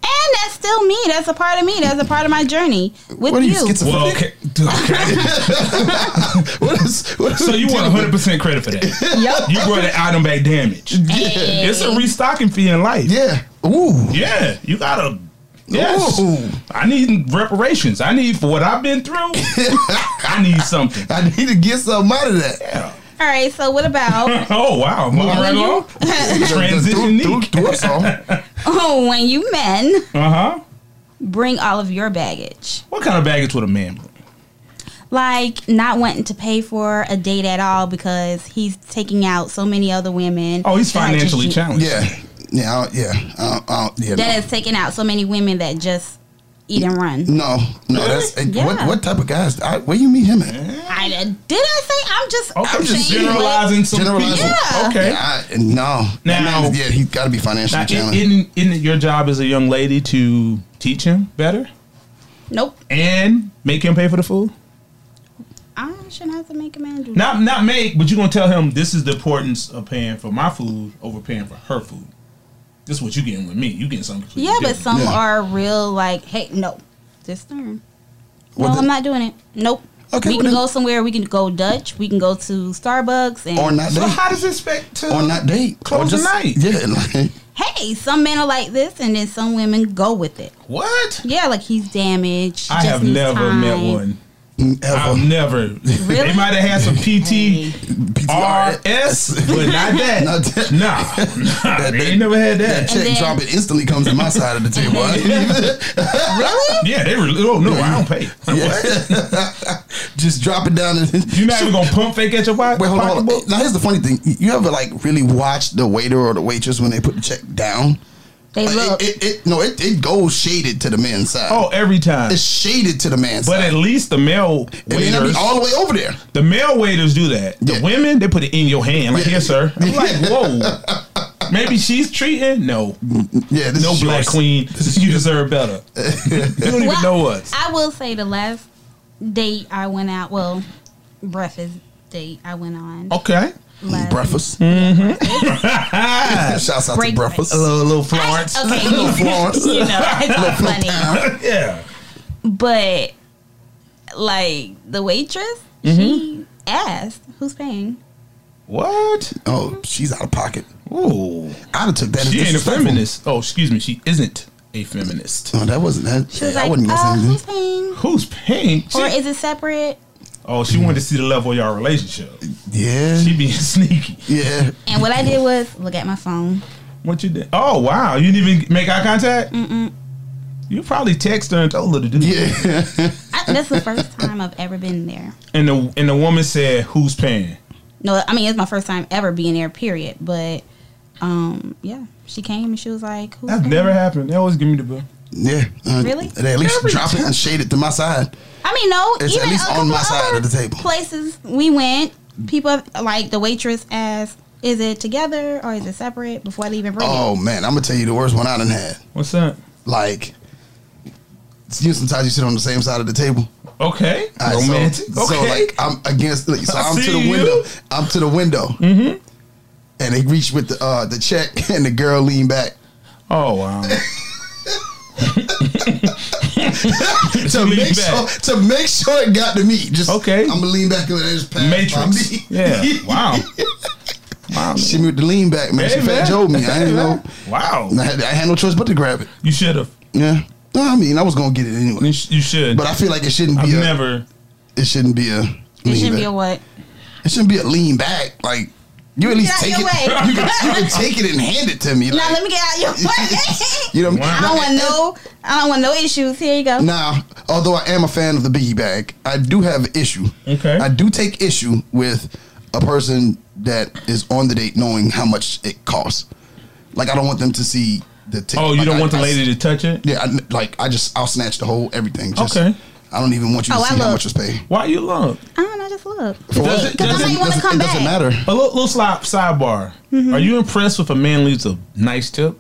And that's still me. That's a part of me. That's a part of my journey with
What are you,
you.
schizophrenic?
Well, okay. okay.
What is? What is
so you want 100 percent credit for that. You brought an item back damage.
Hey.
It's a restocking fee in life.
Yeah. Ooh.
Yeah, you gotta. Yes,
Ooh.
I need reparations. I need for what I've been through. I need something.
I need to get something out of that.
All right, so what about
Oh wow, moving right along. Transition
Through-
neat.
through- through us all.
oh, when you men
Uh huh.
bring all of your baggage?
What kind of baggage would a man bring?
Like not wanting to pay for a date at all because he's taking out so many other women.
Oh, he's
that just
financially
you-
challenged.
Yeah. Yeah. I don't- Yeah. I don't- I don't- yeah.
That has taken out so many women that just eat and run.
No, no, that's
Really?
eh, what.
Yeah.
What type of guys? I, where you meet him at?
I did I say I'm just
Okay,
I'm
just
saying, like,
generalizing some
Generalizing.
people.
Yeah.
Okay.
Yeah, I, no, That
Now-
man is- yeah, he's got to be financially
Now,
challenged.
isn't, isn't it your job as a young lady to teach him better
Nope.
and make him pay for the food?
I shouldn't have to make a man do that.
Not not make, but you're gonna tell him this is the importance of paying for my food over paying for her food. This is what you getting with me. You getting something completely
Yeah, but some
different.
Yeah.
are real like, hey, no, this term. No,
Well, then-
I'm not doing it. Nope.
Okay,
we
well,
can
then-
go somewhere. We can go Dutch. We can go to Starbucks and
or not
So
date.
how does it expect to
Or not date.
Close
or
the night.
Yeah. Like,
hey, some men are like this, and then some women go with it.
What?
Yeah, like he's damaged.
I
just
have
needs
never
time.
met one.
ever.
I've never. They might have had some
Hey.
PT.
PTR.
RS, but not that.
Not that.
Nah, nah,
That-
they
that-
ain't never had
That
that.
check
then-
drop it instantly comes to my side of the table. I
Yeah, they were. Oh no, I don't pay.
Just drop it down and
You're not even gonna pump fake at your wife.
Wait, hold on, hold
pocketbook?
on. Now here's the funny thing. You ever like really watch the waiter or the waitress when they put the check down?
They
Like,
look.
It, it, it no, it, it goes shaded to the man's side.
Oh, every time.
it's shaded to the man's
But
side.
at least the male
It may not be
waiters,
all the way over there.
the male waiters do that. The
Yeah.
women, they put it in your hand, like here, sir. I'm like, whoa. Maybe she's treating. No,
Yeah, this
no
is
black
yours.
queen. You deserve better. You don't even
Well,
know us.
I will say the last date I went out. Well, breakfast date I went on.
Okay.
last-
Breakfast. Shouts out to
Break-
breakfast.
Mm-hmm. A little, little
I-
Florence.
Okay,
Little Florence.
you know that's funny.
yeah.
But like the waitress,
Mm-hmm.
she asked, "Who's paying?"
What?
Oh, she's out of pocket.
Ooh.
I'd have took that
She
as
ain't a
disrespectful.
feminist. Oh, excuse me. She isn't a feminist.
No, that wasn't that.
She was
I
like,
wouldn't
uh,
gonna
"Who's
say
paying?"
Who's paying? She-
Or is it separate?
oh, she wanted to see the level of y'all relationship.
anything.
She being sneaky.
Yeah, yeah.
And what I did was look at my phone.
What you did? Oh, wow. You didn't even make eye contact? Mm-mm. You probably text her and told her to do that.
Yeah,
I, that's the first time I've ever been there.
And the, and the woman said, who's paying?
No, I mean it's my first time ever being there. Period. But um, yeah, she came and she was like, "Who's
That's
paying?"
never happened. They always give me the bill.
yeah. Uh,
Really?
They at least
Every
drop it and shade it to my side.
I mean, no.
It's
even
at least
a
on my
couple
side of the
other
table.
Places we went, people like the waitress asked, "Is it together or is it separate?" Before they even bring it.
Oh man, I'm gonna tell you the worst one I done had.
What's that?
Like, You sometimes you sit on the same side of the table.
Okay.
All right, so-
Romantic.
So,
okay.
like I'm against. like, So
I
I'm to
see
the
you. Mm-hmm.
window. I'm to the window. And they reach with the uh, the check, and the girl lean back.
oh wow.
to
lean
make
back.
sure to make sure it got to me. Just
Okay.
I'm gonna lean back and let it just pass by me.
Matrix. Yeah. Wow. Wow.
She moved the lean back, man.
Hey,
she fat
man.
Joe me. I didn't know. I
Wow.
had, I had no choice but to grab it.
You should have.
Yeah. No, I mean, I was gonna get it anyway.
You sh- you should.
But I feel like it shouldn't
I've
be. A,
never.
It shouldn't be a.
It
lean
shouldn't
back.
be a what?
It shouldn't be a lean back. Like you at least
out
take it.
your way.
You, can, you can take it and hand it to me.
Now
like,
let me get out your way.
You know.
Wow.
I don't want no. I don't want no issues. Here you go.
Now, although I am a fan of the biggie bag, I do have an issue.
Okay.
I do take issue with a person that is on the date knowing how much it costs. Like I don't want them to see the ticket.
Oh, you
Like,
don't
I-
want the
I-
lady to touch it?
Yeah, I, like I just I'll snatch the whole everything. Just,
Okay.
I don't even want you to
Oh, I
see how
love-
much was paid.
Why you lump?
I don't know. Just look.
For what?
Does it- does it-
you wanna
doesn't-
come
it doesn't
back.
matter.
A little, little slide, sidebar. Are you impressed if a man leaves a nice tip?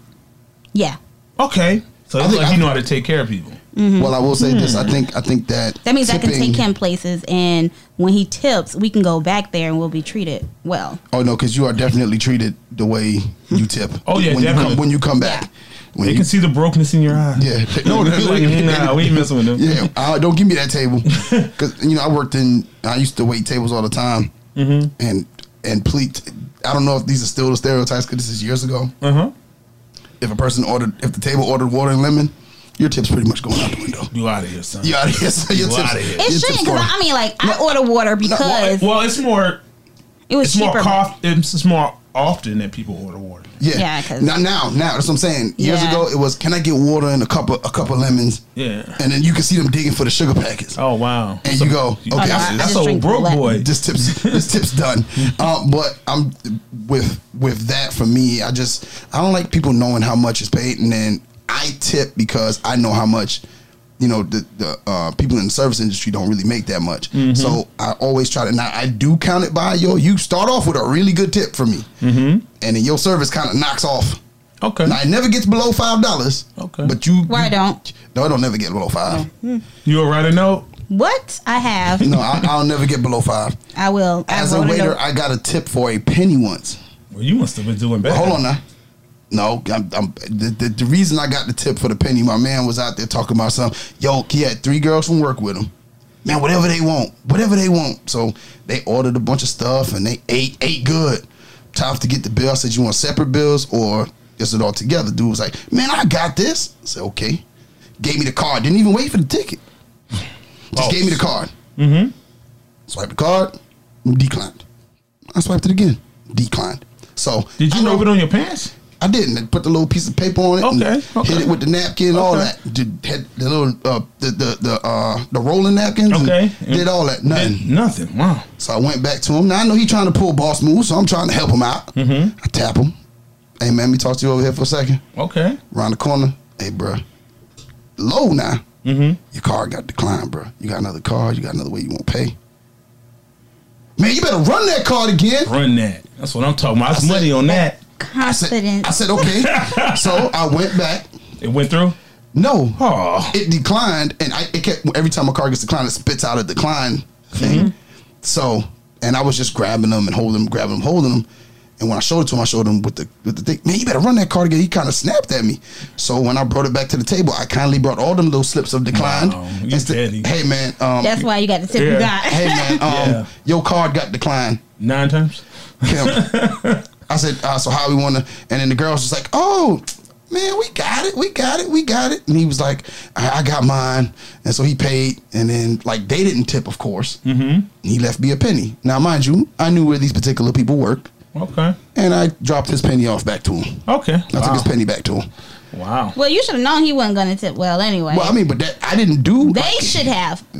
Yeah.
Okay. So
I
it's
think-
like
I
you know
think-
how to take care of people.
Well, I will say this. I think I think that
Hmm. That means I can
tipping-
take him places, and when he tips, we can go back there and we'll be treated well.
Oh no, because you are definitely treated the way you tip.
Oh, yeah,
when you
definitely.
come when you come back.
Yeah.
When
They
you
can see the brokenness in your eye.
Yeah.
No, they're like, nah, we ain't messing with them.
Yeah, uh, don't give me that table because you know I worked in. I used to wait tables all the time,
Mm-hmm.
and and pleat. I don't know if these are still the stereotypes because this is years ago.
Uh huh.
If a person ordered, if the table ordered water and lemon, your tip's pretty much going out the window.
You out of here, son.
You out of here. So your
You
tips,
outta here.
your
It shouldn't,
tips going-
because I, I mean, like, I order water
Well,
because
well, it's more.
it was
It's more.
cheaper.
Cof- it's it's more often that people order water.
yeah.
Yeah, 'cause-
now, now, now. That's what I'm saying. Years
Yeah.
ago, it was can I get water and a cup of a cup of lemons?
Yeah.
And then you can see them digging for the sugar packets.
Oh wow.
And you go, okay,
no,
I'm-
I
that's
just
old
drink
broke
black.
boy.
this tips this tips done. Um, but I'm with with that for me. I just I don't like people knowing how much is paid, and then I tip because I know how much. You know the the uh, people in the service industry don't really make that much, so I always try to. Now I do count it by yo. You start off with a really good tip for me, mm-hmm. and then your service kind of knocks off.
Okay.
Now it never gets below five dollars.
Okay.
but you
Why don't?
no, it don't never get below five.
You will write a note.
What I have,
No, I, I'll never get below five.
I will. I
As a
wrote
waiter,
note.
I got a tip for a penny once.
Well, you must have been doing bad.
Well, hold on now. No, I'm, I'm, the, the, the reason I got the tip for the penny, my man was out there talking about something. Yo, he had three girls from work with him. Man, whatever they want, whatever they want. So they ordered a bunch of stuff and they ate, ate good. Tough to get the bill. I said, you want separate bills or is it all together? Dude was like, man, I got this. I said, okay. Gave me the card. Didn't even wait for the ticket. Just
Oh.
gave me the card. Mm-hmm. Swipe the card, declined. I swiped it again, declined. So
Did
I
you
know-
rub it on your pants?
I didn't. I put the little piece of paper on it.
Okay,
And
okay.
Hit it with the napkin and all
Okay.
that. Did, had the little uh, the the the, uh, the rolling napkins. and
Okay.
Did all that. Nothing.
Did nothing. Wow.
So I went back to him. Now I know he's trying to pull boss moves, so I'm trying to help him out. Mm-hmm. I tap him. Hey man, let me talk to you over here for a second.
Okay.
Around the corner. Hey bro, low now. Mm-hmm. Your card got declined, bro. You got another card. You got another way you won't pay. Man, you better run that card again.
Run that. That's what I'm talking about. It's
said-
money on that.
I said-
Confidence.
I said okay. so I went back.
It went through.
No,
Oh.
it declined, and I it kept every time a car gets declined, it spits out a decline thing.
Mm-hmm.
So, and I was just grabbing them and holding them, grabbing them, holding them. And when I showed it to him, I showed him with the with the thing. Man, you better run that card again. He kind of snapped at me. So when I brought it back to the table, I kindly brought all them little slips of declined.
Wow,
and
you
said,
petty.
hey man, um,
That's why you got the tip you
Yeah.
got.
hey man, um,
Yeah.
your card got declined.
Nine times.
Kim. I said, uh, so how we want to? And then the girls was like, oh, man, we got it, we got it, we got it. And he was like, I, I got mine. And so he paid. And then like they didn't tip, of course. Mm-hmm. He left me a penny. Now, mind you, I knew where these particular people work,
Okay.
and I dropped his penny off back to him.
Okay.
I took his
Oh, Wow.
penny back to him.
Wow.
well, you should have known he wasn't going to tip well anyway.
Well, I mean, but that I didn't do.
they should have.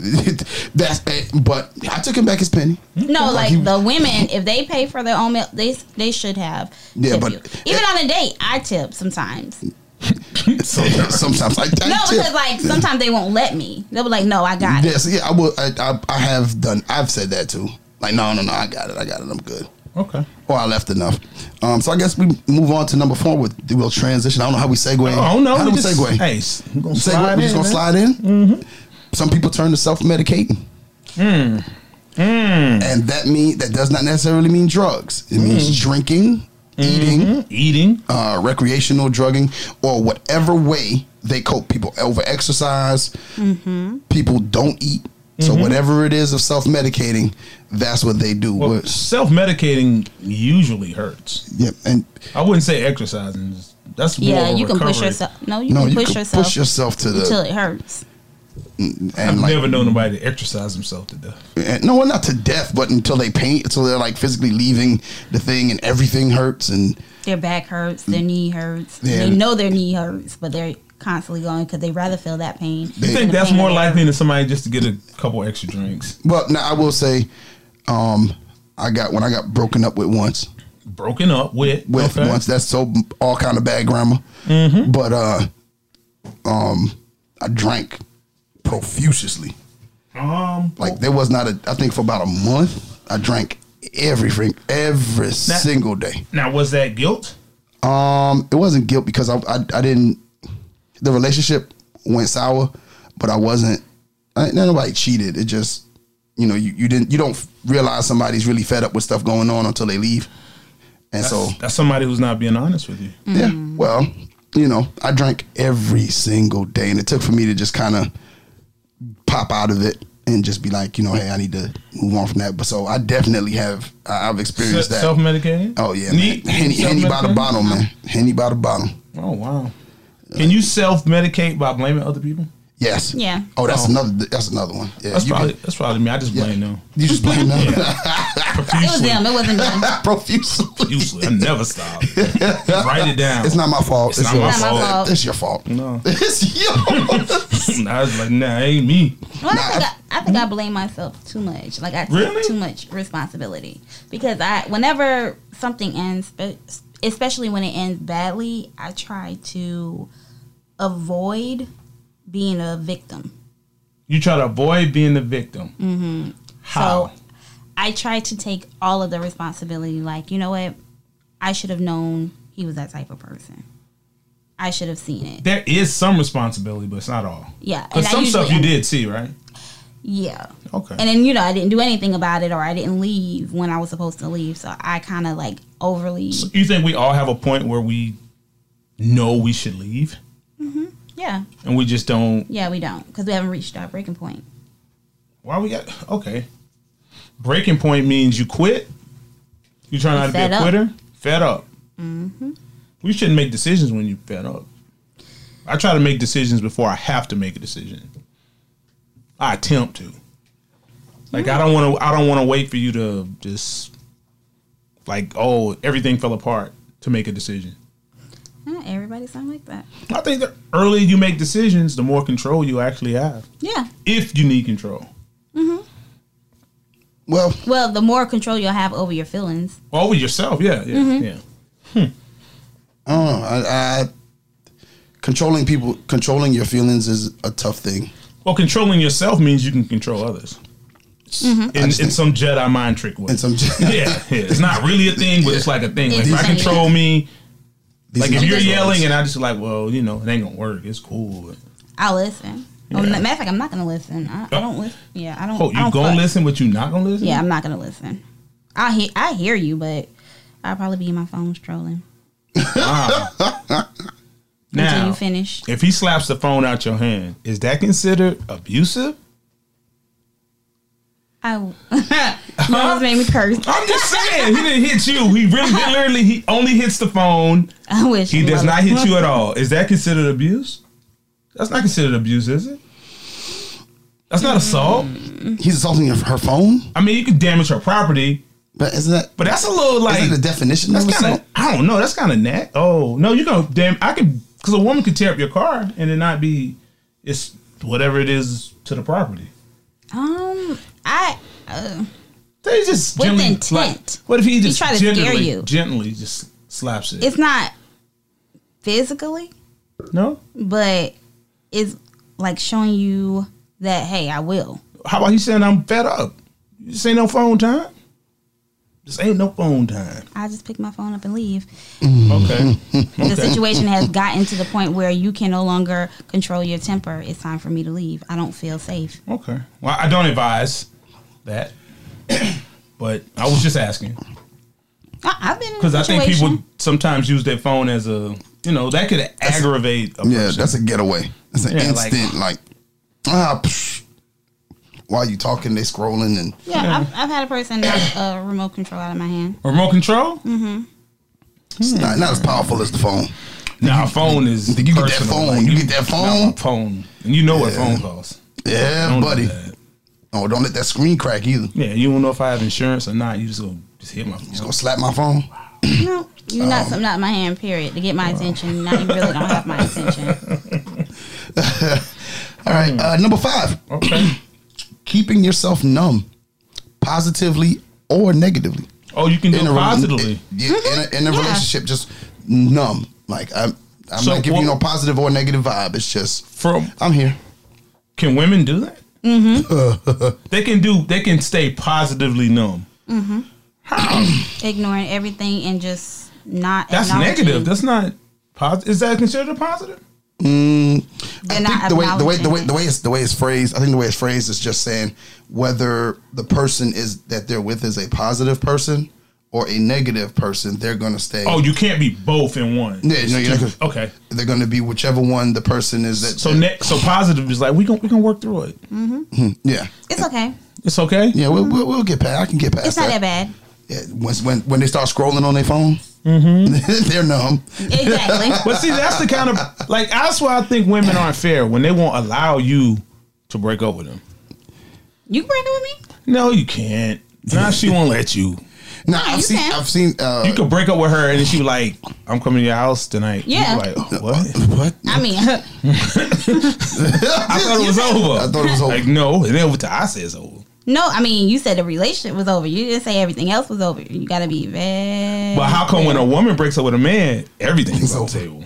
That's eh, but I took him back his penny.
No, like
he-
the women, if they pay for their own meal, they they should have.
Yeah,
tipped
but-
you. even on a date, I tip sometimes.
Sometimes I, I
No, because
tip.
like sometimes they won't let me. They'll be like, "No, I got it."
Yes, yeah, I will. I, I, I have done. I've said that too. Like, no, no, no, I got it. I got it. I'm good.
Okay.
Or I left enough. Um, so I guess we move on to number four with we'll transition. I don't know how we segue.
Oh no!
How do we
just-
segue?
Hey, s- we gonna
Segue-
slide
we just
in,
gonna
man. Mm-hmm.
slide in. Some people turn to self medicating.
Mm,
And that mean that does not necessarily mean drugs. It means
Mm.
drinking,
Mm-hmm.
eating,
Eating.
uh, recreational drugging, or whatever way they cope. People over exercise.
Mm-hmm.
People don't eat. So whatever it is of self medicating, that's what they do.
Well,
What-
self medicating usually hurts.
Yep, and
I wouldn't say exercising. is- That's more
Yeah,
of a
you can push
recovery.
yourself. No, you
no,
can
you
push
can
yourself
push yourself to the
until it hurts.
and
I've
like
never known nobody to exercise themselves to death.
and- no, well, not to death, but until they paint, until they're like physically leaving the thing, and everything hurts, and
Their back hurts, their knee hurts.
Mm. Yeah.
They know their knee hurts, but they're constantly going because they rather feel that pain.
You
Yeah.
think that's more likely than somebody just to get a couple extra drinks?
well, now I will say, um, I got when I got broken up with once,
Broken up with.
with
okay. Mm-hmm.
once that's so all kind of bad grammar, but uh, um, I drank profusely.
Um,
Like there was not a, I think for about a month, I drank everything every single day.
now was that guilt?
Um, it wasn't guilt because I, I I didn't. The relationship went sour, but I wasn't. I, ain't- nobody cheated. It just you know you, you didn't you don't realize somebody's really fed up with stuff going on until they leave, and so
That's somebody who's not being honest with you.
yeah. Well, you know I drank every single day, and it took for me to just kind of pop out of it and just be like, you know, hey, I need to move on from that. But so I definitely have I- I've experienced that.
Self medicating.
Oh yeah, man. Henny, Henny by the bottle, man. Henny by the bottle.
Oh wow. Can you self medicate by blaming other people?
Yes.
Yeah.
Oh, that's
Oh.
another. That's another one. Yeah.
That's
you
probably
can-
that's probably me. I just blame them
you just blame them
It was
profusely.
them. It wasn't them.
profusely.
Usually, I never stop. Write it down.
It's not my fault.
It's not my
your,
fault. Not my fault.
It's your fault.
No.
It's yours.
I was like, nah, it ain't me.
Well, I, think
Nah,
I, I think I blame myself too much. Like I take
Really?
too much responsibility because I, whenever something ends, spe- especially when it ends badly, I try to avoid being a victim.
You try to avoid being the victim. Mm-hmm. How?
So I try to take all of the responsibility. Like you know what, I should have known he was that type of person. I should have seen it.
there is some responsibility, but it's not all.
Yeah,
Because
I
some
usually
stuff you
end-
did see, right?
Yeah.
Okay.
And then you know I didn't do anything about it, or I didn't leave when I was supposed to leave. So I kind of like overly,
you think we all have a point where we know we should leave,
yeah,
and we just don't?
yeah, we don't because we haven't reached our breaking point.
Why we got okay? Breaking point means you quit. You trying not to be
Fed
a
up. Mm-hmm.
quitter. Fed up. We shouldn't make decisions when you fed up. I try to make decisions before I have to make a decision. I attempt to. Like I don't want to. I don't want to wait for you to just like oh everything fell apart to make a decision.
Not everybody sound like that.
I think the earlier you make decisions, the more control you actually have.
Yeah.
If you need control.
well,
Well, the more control you'll have over your feelings,
Oh, with yourself, yeah, yeah,
Mm-hmm.
yeah.
I don't know. Oh, I, I, controlling people, controlling your feelings is a tough thing.
Well, controlling yourself means you can control others. In, in some Jedi mind trick way.
And some,
yeah, yeah, it's not really a thing, but it's like a thing. Like, if I
It's-
control me,
these
like
are
if
not
you're
controls.
yelling and I just like, well, you know, it ain't gonna work. It's cool.
I'll listen. Oh,
Yeah.
matter of fact, I'm not gonna listen. I, I don't listen. Yeah, I don't.
Oh,
I
you
don't
gonna
fuck.
listen, but you not gonna listen?
Yeah, I'm not gonna listen. I hear I hear you, but I'll probably be in my phone strolling until
Now,
you finish.
if he slaps the phone out your hand, is that considered abusive?
I my husband made me curse.
I'm just saying, he didn't hit you. He really, literally, he only hits the phone.
I wish
He does
mother-
not hit you at all. Is that considered abuse? That's not considered abuse, is it? That's not assault.
he's assaulting her, her phone.
I mean, you could damage her property,
But isn't that?
but that's a little like
isn't that the definition of
that's kind
assault?
of I don't know. That's kind of nat. Oh no, you gonna damn. I could because a woman could tear up your car and it not be it's whatever it is to the property.
Um, I uh,
They just
With
gently,
intent.
like, what if he just
tried to scare
gently,
you.
gently just slaps it?
it's not physically,
no.
but it's like showing you that hey, I will.
How about he saying I'm fed up? You say no phone time. This ain't no phone time.
I just pick my phone up and leave.
Okay.
The
okay.
situation has gotten to the point where you can no longer control your temper. It's time for me to leave. I don't feel safe.
Okay. Well, I don't advise that, but I was just asking
I, I've been in
because I think
situation.
people sometimes use their phone as a you know that could aggravate. A
Yeah,
person.
that's a getaway. That's an
Yeah, like-
instant like, ah. Psh, while you talking, they scrolling and
Yeah, I've, I've had a person knock a remote control out of my hand.
remote control. Mm-hmm.
it's not, not as powerful as the phone.
Nah, phone is.
you get that
personal.
phone, you get that phone.
Nah, phone, and you know what phone costs.
Yeah,
Don't do
buddy.
that.
Oh, don't let that screen crack either.
Yeah, you don't know if I have insurance or not. You just go just hit my
Go
phone.
slap my phone.
No, you
Oh.
knock something out of my hand. Period. To get my attention. Now you really don't have my attention.
All right, uh, number five.
Hmm. Okay.
keeping yourself numb, positively or negatively.
Oh, you can do it
rela-
positively.
yeah, in a, in a
Yeah.
relationship, just numb. Like I'm, I'm
So
not giving you no
what-
positive or negative vibe. It's just
From
I'm here.
can women do that? Mm-hmm.
Mm-hmm.
they can do. They can stay positively numb.
Ignoring everything and just not.
That's
acknowledging-
negative. That's not positive. Is that considered a positive?
they're
I think
not
the way the way the way
acknowledging
the way it's the way it's phrased. I think the way it's phrased is just saying whether the person is that they're with is a positive person or a negative person. They're gonna stay.
Oh, you can't be both in one.
Yeah, no, you're not gonna-
Okay.
they're gonna be whichever one the person is that.
So next, so positive is like we can we can work through it.
yeah,
it. It's okay.
It's okay.
yeah, we'll, we'll, we'll get past. I can get past.
Mm-hmm. It's not that bad.
Yeah, once when when they start scrolling on their phone,
Mm-hmm.
they're numb.
Exactly.
But see, that's the kind of like that's why I think women aren't fair when they won't allow you to break up with them.
you break up with me?
No, you can't. Now she won't let you.
Now
No,
I've
you
seen
can.
I've seen uh,
You could break up with her, and then she be like, "I'm coming to your house tonight." You
Yeah.
like "Oh, what?
what
I mean,
I thought it was over.
I thought it was over.
Like no, it ain't over. Till I say it's over.
no. I mean, you said the relationship was over. You didn't say everything else was over. You gotta be very.
But how come when a woman breaks up with a man, everything's
It's
on the
over.
table?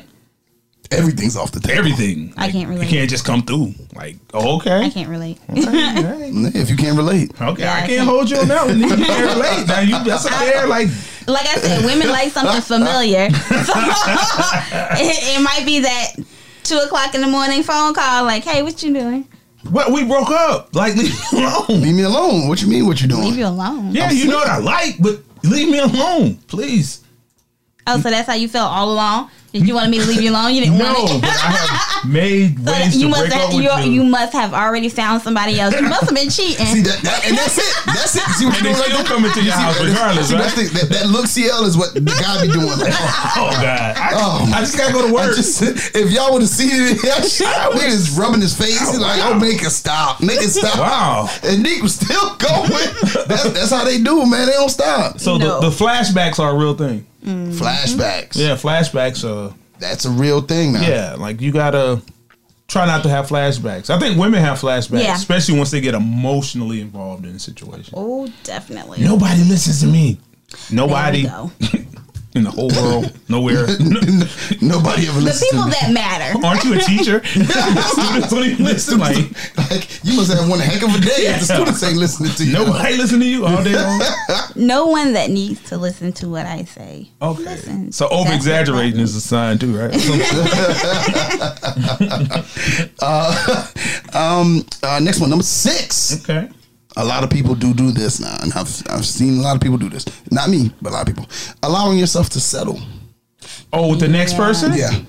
everything's off the table.
Everything.
I can't
really.
relate.
You can't just come through. Like oh, okay.
I can't relate.
If you can't relate,
Okay,
Yeah,
I
I
can't
can't-
hold you on that one. You can't relate. Now you that's a fair like
like I said, women like something familiar. So it, it might be that two o'clock in the morning phone call, like, "Hey, what you doing?
what we broke up. Like leave me alone.
leave me alone. What you mean? What you
Leave you
doing?
alone."
Yeah, you know what I like, but leave me alone, please.
Oh, so that's how you felt all along? Did you want me to leave you alone? You didn't
No,
want it.
but I have made
So
ways
you
to
must
break up
have
with
you,
you.
you must have already found somebody else. You must have been cheating.
See that, that and that's it. That's it. See what
And
you
they
doing?
still
Like
coming to your house regardless,
that,
right?
thing- that, that look CL is what the guy be doing. Like, oh,
Oh God, I,
Oh,
I just gotta go
I
to work.
just, if y'all would have seen it, he is rubbing his face. He's like, "Oh, make it stop, make it stop."
Wow.
And Nick was still going. That's, that's how they do, man. They don't stop.
So
No.
the, the flashbacks are a real thing.
Flashbacks.
Yeah, flashbacks are
That's a real thing now.
yeah. Like you gotta try not to have flashbacks. I think women have flashbacks,
Yeah.
especially once they get emotionally involved in a situation.
oh, definitely.
Nobody listens to me.
There we
Nobody.
go.
in the whole world, nowhere.
Nobody ever
The
listens to
people
me.
that matter.
Aren't you a teacher? students don't even listen. Like
like you must have one heck of a day if the students ain't listening to you.
nobody listen to you all day long.
No one that needs to listen to what I say.
Okay,
Listen,
so over exaggerating is a sign too, right?
Um, uh, next one, number six.
okay.
A lot of people do do this now, and I've I've seen a lot of people do this. Not me, but a lot of people allowing yourself to settle.
Oh, with the next
Yeah.
person?
Yeah,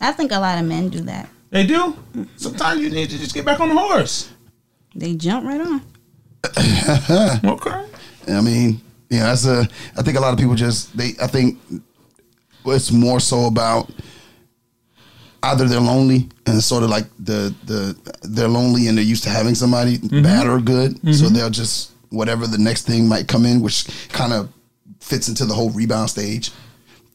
I think a lot of men do that.
they do. Sometimes you need to just get back on the horse.
They jump right on.
Okay.
I mean, yeah, that's a. I think a lot of people just they. I think it's more so about either they're lonely and sort of like the the they're lonely and they're used to having somebody bad or good, so they'll just whatever the next thing might come in, which kind of fits into the whole rebound stage.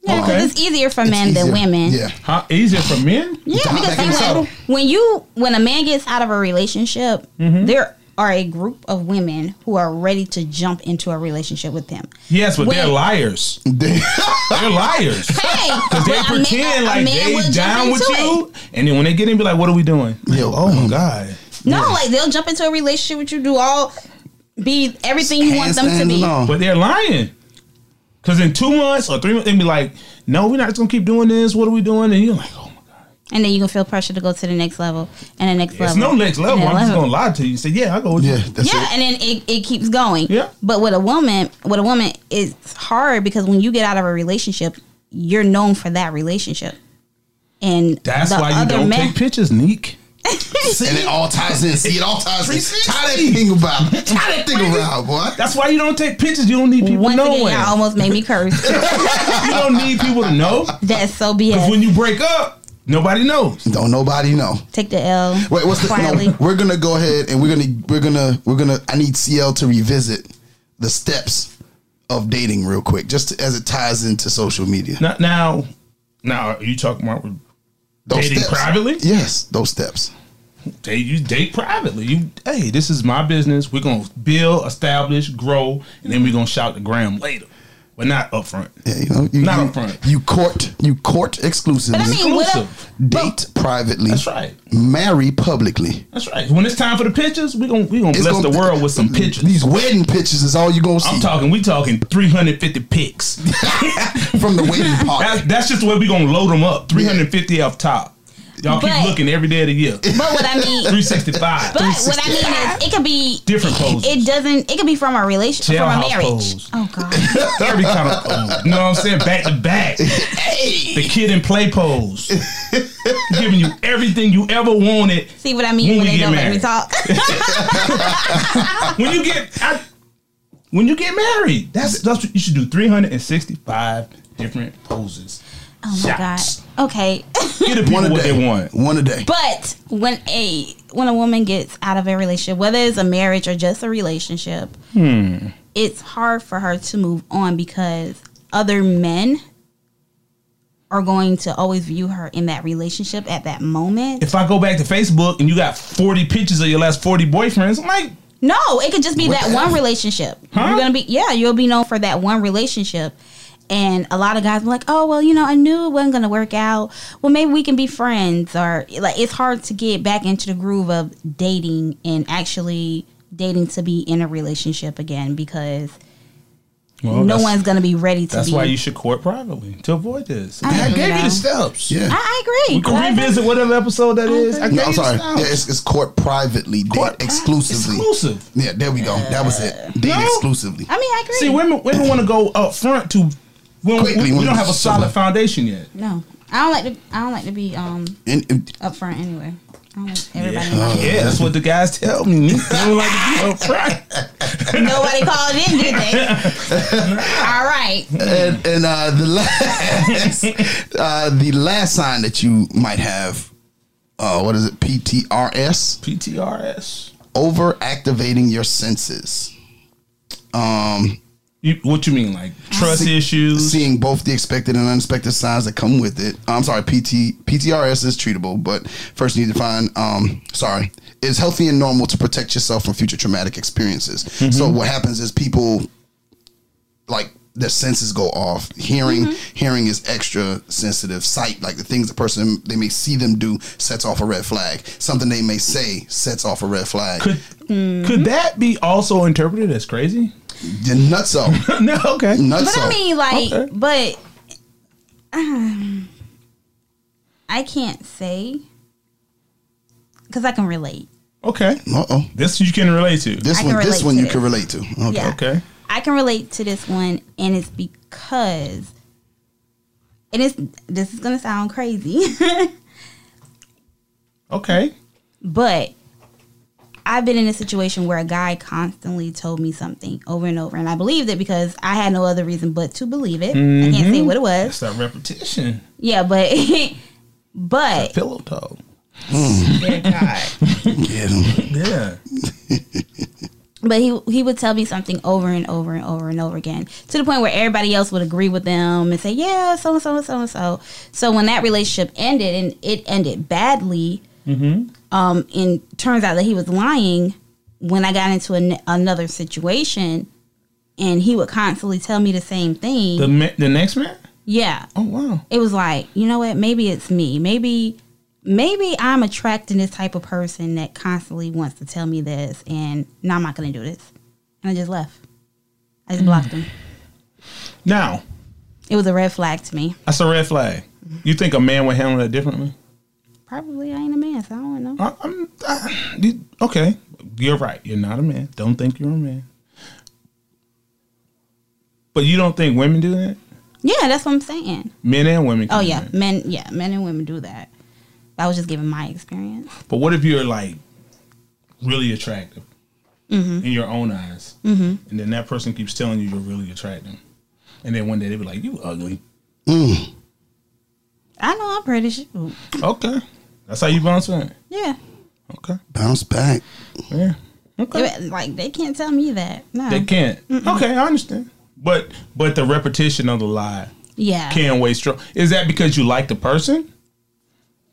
Yeah, 'cause
Okay.
it's easier for
It's
men than
easier.
women.
Yeah.
How easier for men?
Yeah,
Dial
because
back in
think
the
about
saddle.
it. when you when a man gets out of a relationship,
Mm-hmm.
there are a group of women who are ready to jump into a relationship with him.
Yes, but they're
When-
liars.
They-
They're liars.
Hey,
Cause they
but a man-
pretend
a
like
man will
they
jump
down with
into it.
you, and then when they get in, be like, "What are we doing?"
Yo,
oh my god.
No, like they'll jump into a relationship with you, do all be everything you want them to
Handstands
be.
and all.
But they're lying. Cause in two months or three months, they'd be like, "No, we're not just gonna keep doing this. What are we doing?" And you're like, "Oh my god,
And then you're gonna feel pressure to go to the next level and the next
it's
level.
no next level.
and
I'm
the
just
level.
gonna lie to you." and Say, "Yeah, I go." With
Yeah,
you.
that's
yeah,
it.
and then it, it keeps going.
Yeah.
But with a woman, with a woman, it's hard because when you get out of a relationship, you're known for that relationship. And
That's
the
why you
other
don't
man-
take pictures, Neek.
And it all ties in. See, it all ties in. Tie that thing about. Tie that thing around, boy.
That's why you don't take pictures. You don't need people
Once
knowing.
again, y'all almost made me curse.
you don't need people to know.
That's so
Because
BS.
when you break up, nobody knows.
Don't nobody know.
Take the L.
Wait, what's the?
quietly.
No, we're gonna go ahead and we're gonna we're gonna we're gonna. I need CL to revisit the steps of dating real quick, just as it ties into social media.
Now, now, now are you talking about
Those
dating
steps.
privately?
Yes, those steps.
Hey, you date privately. You, hey, this is my business. We're gonna build, establish, grow, and then we're gonna shout the gram later, but not upfront.
Yeah, you know, you,
Not
you,
up front.
You court, you court exclusively.
But I mean, what a,
Exclusive.
date privately.
That's right.
Marry publicly.
That's right. When it's time for the pictures, we gonna we gonna bless
gonna-
the world with some pictures.
These wedding pictures is all you gonna see
I'm talking. We talking 350 pics.
from the wedding party.
That, that's just the way we gonna load them up. 350 off top. Y'all
But-
keep looking every day of the year.
but what I mean,
365.
but what I mean is, it could be
Different poses.
It doesn't. It could be from a relationship, from a
Jailhouse
marriage.
pose.
Oh God.
Every kind of pose. You know what I'm saying? Back to back. The kid in play pose. Giving you everything you ever wanted.
See what I mean
When
when
we
they
get
don't let me
married.
talk.
When you get I, when you get married, that's that's what you should do. 365 different poses.
Oh my
Shots.
God. Okay.
Get the people
One a
what
day.
they want.
One a day.
But when a when a woman gets out of a relationship, whether it's a marriage or just a relationship, it's hard for her to move on because other men are going to always view her in that relationship at that moment.
If I go back to Facebook and you got 40 pictures of your last 40 boyfriends, I'm like,
No, it could just be
What
that
the
one
hell?
relationship.
Huh?
You're gonna be yeah, you'll be known for that one relationship. And a lot of guys are like, oh well, you know, I knew it wasn't gonna work out. Well, maybe we can be friends, or like it's hard to get back into the groove of dating and actually dating to be in a relationship again because
well,
no
Oh, that's-
one's gonna be ready to
That's
be.
why you should court privately to avoid this. I, gave you
know.
the steps.
yeah.
I, I agree.
We can revisit whatever episode that is. I
No,
gave
I'm
you the
sorry.
steps.
Yeah, it's, it's court privately, date
Court-
exclusively.
Exclusive.
Yeah, there we go. That was it. Date
No.
exclusively.
I mean, I agree.
See, women women want to go up front to when
Quickly,
we, we
when
don't
we-
have a solid foundation yet.
no, I don't like to. I don't like to be um
And, and
upfront anyway. I don't like
Yeah, Oh,
everybody. in my-
Yeah, that's what the guys tell me. They don't like to be up front.
Nobody called in, did they? All right.
and, and, uh, the last uh, the last sign that you might have, uh, what is it? PTRS,
PTRS.
overactivating your senses,
You, what you mean, like trust issues?
seeing both the expected and unexpected signs that come with it. I'm sorry, PT PTRS is treatable, but first you need to find. Um, sorry, it's healthy and normal to protect yourself from future traumatic experiences.
Mm-hmm.
So what happens is people like their senses go off. Hearing,
Mm-hmm.
hearing is extra sensitive. Sight, like the things the person they may see them do, sets off a red flag. Something they may say sets off a red flag.
could could that be also interpreted as crazy?
You're nuts up,
no, okay.
nuts
But I mean, like,
Okay.
but um, I can't say because I can relate.
Okay.
Uh oh,
This you can relate to.
this
I can
one, this
relate
one
to
you
this.
can relate to. Okay.
Yeah.
Okay.
I can relate to this one, and it's because, and it's this is gonna sound crazy,
Okay.
but I've been in a situation where a guy constantly told me something over and over, and I believed it because I had no other reason but to believe it. I can't say what it was.
That's that repetition.
Yeah, but but
Pillow talk.
Get 'em.
Yeah.
but he he would tell me something over and over and over and over again to the point where everybody else would agree with them and say yeah so and so and so and so so when that relationship ended and it ended badly um and turns out that he was lying when i got into an, another situation and he would constantly tell me the same thing
The ma- the next man.
yeah
Oh wow.
it was like, you know what? Maybe it's me. Maybe maybe I'm attracting this type of person that constantly wants to tell me this and no, I'm not going to do this. and I just left. I just blocked him.
Now,
It was a red flag to me.
that's a red flag. You think a man would handle that differently?
Probably I ain't a man, so I don't know.
I, I'm I, you- okay. You're right. You're not a man. Don't think you're a man. But you don't think women do that?
Yeah, that's what I'm saying.
Men and women. Can
Oh
do
yeah,
that.
men. Yeah, men and women do that. I was just giving my experience.
But what if you're like really attractive in your own eyes, mm-hmm. and then that person keeps telling you you're really attractive, and then one day they be like, "You ugly."
I know I'm pretty sure.
Okay, that's how you bounce back.
Yeah,
Okay,
Bounce back.
yeah, okay.
It- like they can't tell me that. No.
They can't. Okay, I understand. But but the repetition of the lie
Yeah.
can weigh strong. Is that because you like the person?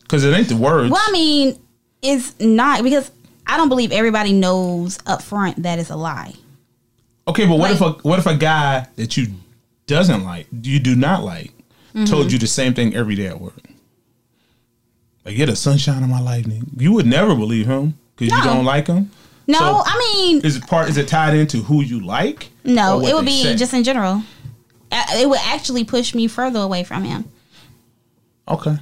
Because it ain't the words.
Well, I mean, it's not because I don't believe everybody knows up front that it's a lie.
okay, but what if
like-
a what if a guy that you doesn't like, you do not like, told you the same thing every day at work? Like you're the sunshine of my life, nigga. You would never believe him because you
No.
don't like him.
No,
So,
I mean,
Is it part? Is it tied into who you like? or
no,
what
it would
they
be
say?
just in general. Uh, It would actually push me further away from him.
okay.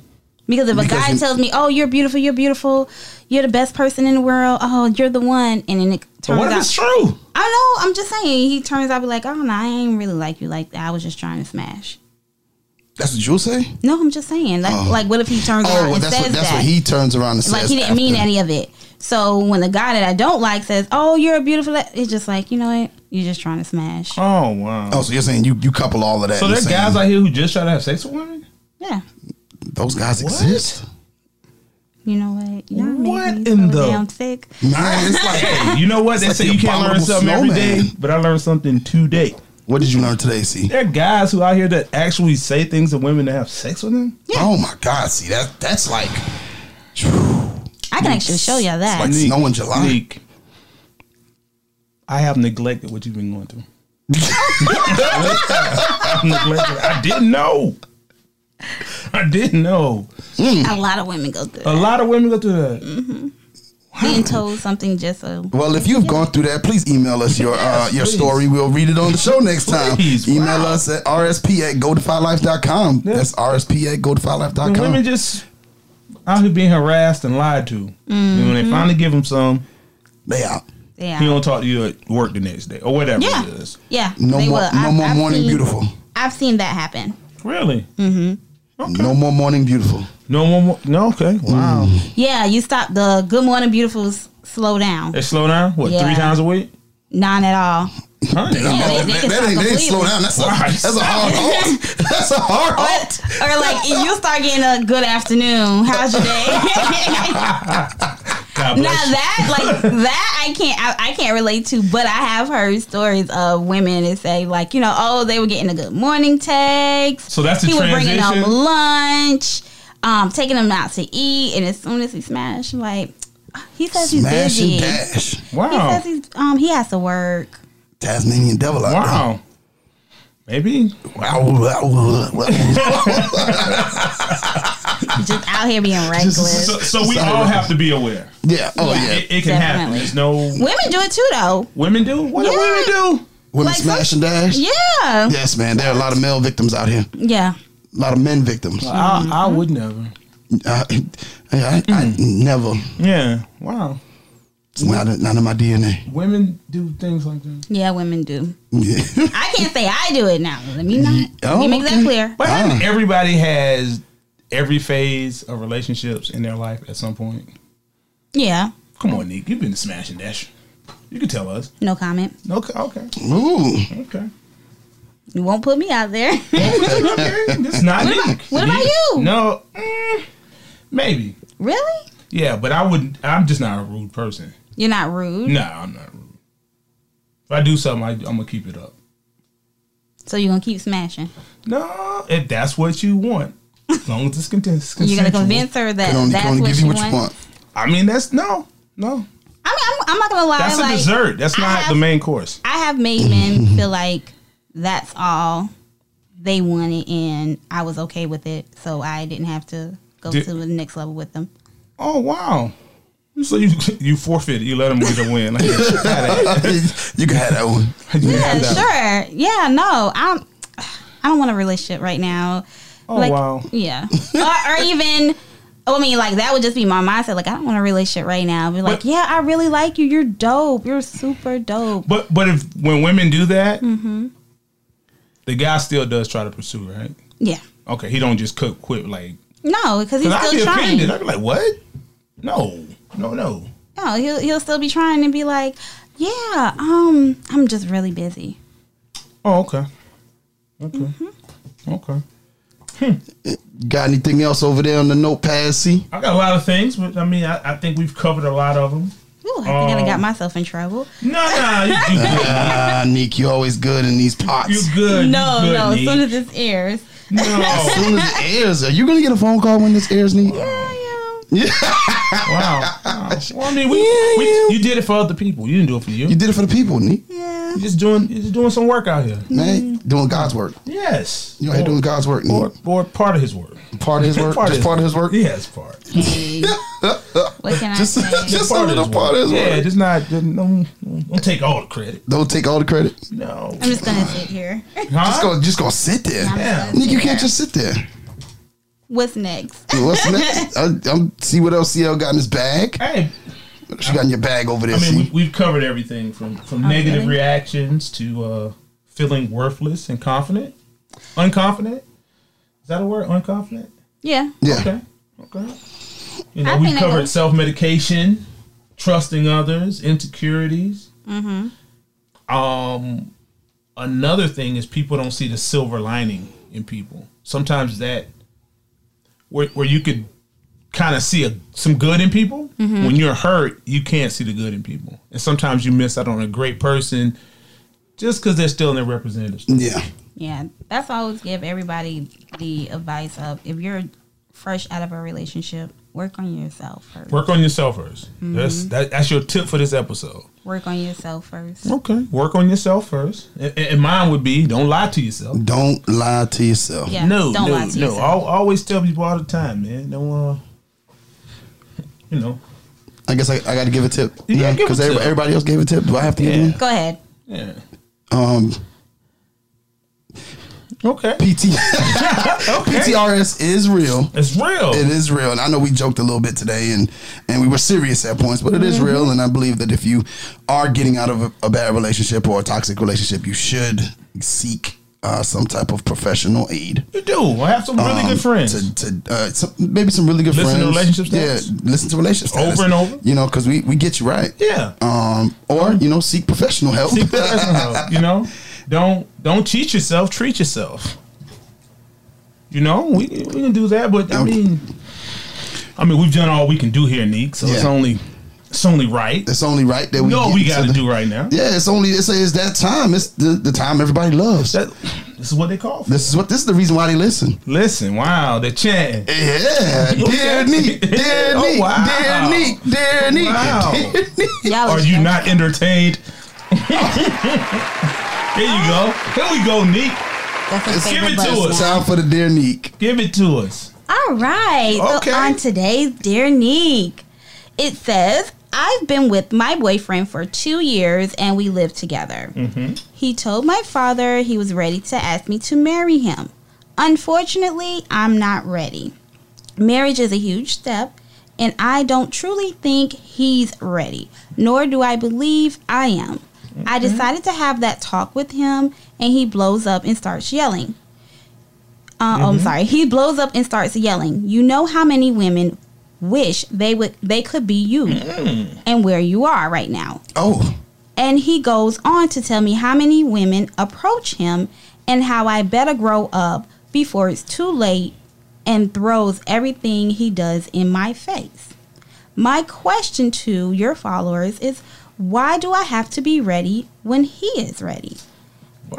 Because if a
Because
guy
he-
tells me, "Oh, you're beautiful, you're beautiful, you're the best person in the world," oh, you're the one, and then it
But
turns
what if
out
it's true?
I know. I'm just saying. He turns out be like, oh no, I ain't really like you like that. I was just trying to smash.
That's what you'll say.
No, I'm just saying. Like, like what if he turns around
Oh,
and
that's
says
what that's
that?
what he turns around and says.
like he didn't mean
after.
any of it. So when the guy that I don't like says, "Oh, you're a beautiful," la-" it's just like you know what? You're just trying to smash.
Oh wow.
Oh, so you're saying you you couple all of that?
so
and
there's
saying
guys out here who just try to have sex with women.
Yeah.
those guys exist.
You know what? Y'all make
What
me
in
so
the-
damn sick.
Man, it's like
Hey, you know what? They
like
say
the
you can't learn
abominable
something every day,
snowman.
but I learned something today.
what did you learn today? See,
There are guys who out here that actually say things to women that have sex with them.
oh my God, see that that's like
I can actually show y'all that.
like- Snow in July.
Neek, I have neglected what you've been going through. I've neglected. I didn't know. I didn't know.
a lot of women go through.
A
that.
lot of women go through
Mm.
that.
Being told something just so.
Well, if you've gone through that, please email us your uh,
Yes,
your
please.
story. We'll read it on the show next time.
Please,
email
wow.
us at rsp at godefylife.com. That's rsp at
And women
godefylife.com.
just out here being harassed and lied to. And when they
Mm-hmm.
finally give them some,
They out.
he
Yeah.
don't talk to you at work the next day or whatever
Yeah.
it is.
Yeah.
No
they
more,
will.
no
I've-
more
I've
morning
seen-
beautiful.
I've seen that happen.
Really?
No more morning beautiful.
No more, more. No, okay. Mm. Wow.
Yeah, you stop the Good Morning Beautifuls. Slow down.
They slow down. What
Yeah.
three times a week?
None at all.
Huh?
Oh,
they
that,
can
that
stop
ain't, they ain't
completely.
slow down. That's a,
Christ.
that's a hard halt. That's a hard halt.
But, or like you start getting a good afternoon. How's your day? now
God bless you.
that like that I can't I, I can't relate to, but I have heard stories of women that say like you know oh they were getting a good morning text.
So that's the
he was bringing them
transition?
lunch, um, taking them out to eat, and as soon as he smashed, like he says
Smash
he's busy.
and dash.
He
Wow.
says he's um he has to work.
Tasmanian devil out
Wow. Maybe.
there. Wow.
Just out here being reckless.
So, so we all have to be aware.
yeah. Oh,
Yeah.
yeah.
It, it can happen.
Definitely.
There's no
women do it too though.
women do. What do
Yeah.
women do?
Women
Like
smash and dash.
Yeah.
Yes, man. There are a lot of male victims out here.
Yeah.
A lot of men victims.
I, I
Mm-hmm.
would never.
I, I, I never.
Yeah. Wow.
It's not, not in my DNA.
Women do things like that.
Yeah, women do.
Yeah.
I can't say I do it now. Let me not.
Oh,
let me make
okay.
that clear.
But
Ah.
everybody has every phase of relationships in their life at some point.
Yeah.
Come on, Nick. You've been smashing dash. You can tell us.
No comment.
Okay. Okay.
Ooh.
Okay.
You won't put me out there.
okay, it's not me.
what about you?
No, mm, maybe.
really?
Yeah, but I wouldn't. I'm just not a rude person.
You're not rude.
No, I'm not rude. If I do something, I, I'm gonna keep it up.
So you're gonna keep smashing.
No, if that's what you want, as long as it's content.
You're gonna convince her that
Can only,
that's
can only
what,
give
you
you what
want.
you want.
I mean, that's no, no.
I mean, I'm, I'm not gonna lie.
That's a
like,
dessert. That's
I
not
have-
the main course.
I have made men feel like that's all they wanted, and I was okay with it, so I didn't have to go
Did-
to the next level with them.
Oh wow. So you you forfeit. You let him get a win. Like,
you can have that one.
Yeah, sure. Yeah, no, I'm. I don't want a relationship right now.
Oh,
like,
wow.
Yeah, or, or even. I mean, like that would just be my mindset. Like, I don't want a relationship right now. Be like,
But-
yeah, I really like you. You're dope. You're super dope.
But but if when women do that,
Mm-hmm.
the guy still does try to pursue, right?
Yeah.
Okay, he don't just cook quit like.
No, because he's
Because I'd be
still trying.
offended. I'd be like, what? No, no, no.
No, he'll he'll still be trying and be like, yeah, um, I'm just really busy.
Oh, okay, okay,
Mm-hmm.
okay.
Got anything else over there on the notepad? See,
I got a lot of things, but I mean, I, I think we've covered a lot of them.
Ooh, I think I done
Um,
got myself in trouble.
No, no, you, you good.
ah, Neek, you always good in these pots.
You good. you
No,
good,
no, as
Nick.
soon as this airs.
no.
As soon as it airs, are you gonna get a phone call when this airs, Neek?
I am.
wow. wow. Well, I mean, we, we, you did it for other people. You didn't do it for you.
You did it for the people, Neek.
Yeah.
You're just doing, you're just doing some work out here.
Man, doing God's work.
Yes.
You out here doing God's work, Neek.
or, or part of his work.
Part of his work, just part of his work.
Yes, part.
What can
Just,
I say?
just a little part of his
yeah,
work.
just not. Just, don't, don't take all the credit.
Don't take all the credit.
No.
I'm just gonna sit here.
Huh?
Just gonna, just gonna sit there.
I'm just gonna
Nick, you
sit
can't
here.
just sit there.
What's next?
What's next? I, I'm see what else CL got in his bag.
Hey,
What you got in your bag over there?
I mean,
see?
we, we've covered everything from from negative
really?
reactions to uh, feeling worthless and confident, unconfident. Is that a word? Unconfident.
Yeah.
yeah.
Okay. Okay. You
I
know, we
think I
covered
know.
self medication, trusting others, insecurities. Mm-hmm. Um, another thing is people don't see the silver lining in people. Sometimes that where where you could kind of see a, some good in people.
Mm-hmm.
When you're hurt, you can't see the good in people, and sometimes you miss out on a great person just because they're still in their representative.
Yeah.
Yeah. That's why I always give everybody the advice of if you're fresh out of a relationship, work on yourself first.
Work on yourself 1st That's
Mm-hmm.
that, that's your tip for this episode.
Work on yourself first.
Okay. Work on yourself first. And, and mine would be don't lie to yourself.
Don't lie to yourself.
Yeah.
no,
don't
no,
lie to
no.
yourself.
I always tell people all the time, man. Don't, uh, you know,
I guess I, I got to give a tip.
Yeah, give a
because
tip.
everybody else gave a tip. Do I have to
Yeah.
give one?
Go ahead.
yeah.
Um,
Okay.
PT
okay.
PTRS is real.
It's real.
It is real, and I know we joked a little bit today, and and we were serious at points, but it
Mm-hmm.
is real, and I believe that if you are getting out of a, a bad relationship or a toxic relationship, you should seek uh, some type of professional aid.
You do. I have some really
um,
good friends.
To, to uh, some, maybe some really good
Listen to
friends.
relationship status?
Yeah, listen to relationship
Over
status.
and over?
You know, because we, we get you right.
yeah.
Um, or you know, seek professional help.
Seek professional help, you know, don't don't cheat yourself. Treat yourself. You know, we we can do that, but I
Okay.
mean, I mean, we've done all we can do here, Neek. So it's
Yeah.
only it's only right.
it's only right that we.
You know
get
what we
each
got to
other.
do right now.
Yeah, it's only it's, it's that time. It's the, the time everybody loves.
That, this is what they call. For.
this is what this is the reason why they listen.
Listen, wow, they're chanting.
Yeah, dear Neek, dear
Oh,
Neek,
wow.
dear Neek, dear Neek.
Wow.
dear Neek.
Y'all
Are
is
you
dope.
not entertained? Here you go. Here we go, Neek.
That's his
Give
favorite
it to
button.
us.
Time for the dear Neek.
Give it to us.
All right.
Okay.
So on today's Dear Neek, it says, I've been with my boyfriend for two years and we live together. He told my father he was ready to ask me to marry him. Unfortunately, I'm not ready. Marriage is a huge step, and I don't truly think he's ready, nor do I believe I am. I decided to have that talk with him, and he blows up and starts yelling. Uh, oh, I'm sorry. He blows up and starts yelling. You know how many women wish they would they could be you and where you are right now.
Oh,
And he goes on to tell me how many women approach him and how I better grow up before it's too late and throws everything he does in my face. My question to your followers is why do I have to be ready when he is ready?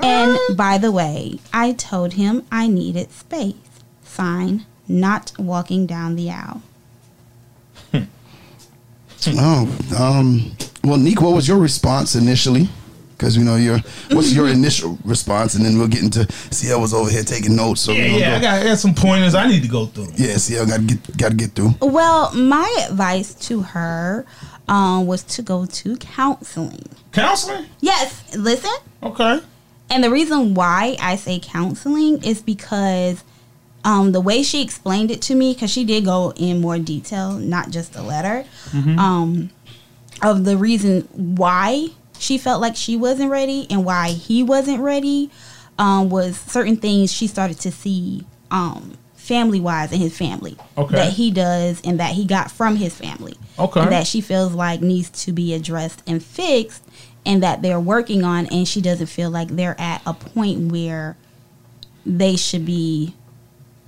And by the way, I told him I needed space. Sign, not walking down the aisle.
oh. Um. Well, Neek, what was your response initially? because you know your what's your initial response, and then we'll get into CL was over here taking notes. So
Yeah,
we're gonna
yeah. I
go,
got I got some pointers I need to go through.
yeah, CL got to get got to get through.
Well, my advice to her um, was to go to counseling.
Counseling?
Yes, listen.
Okay.
And the reason why I say counseling is because um, the way she explained it to me, because she did go in more detail, not just the letter, um, of the reason why she felt like she wasn't ready and why he wasn't ready um, was certain things she started to see um, family wise in his family
Okay.
that he does and that he got from his family
Okay.
and that she feels like needs to be addressed and fixed and that they're working on and she doesn't feel like they're at a point where they should be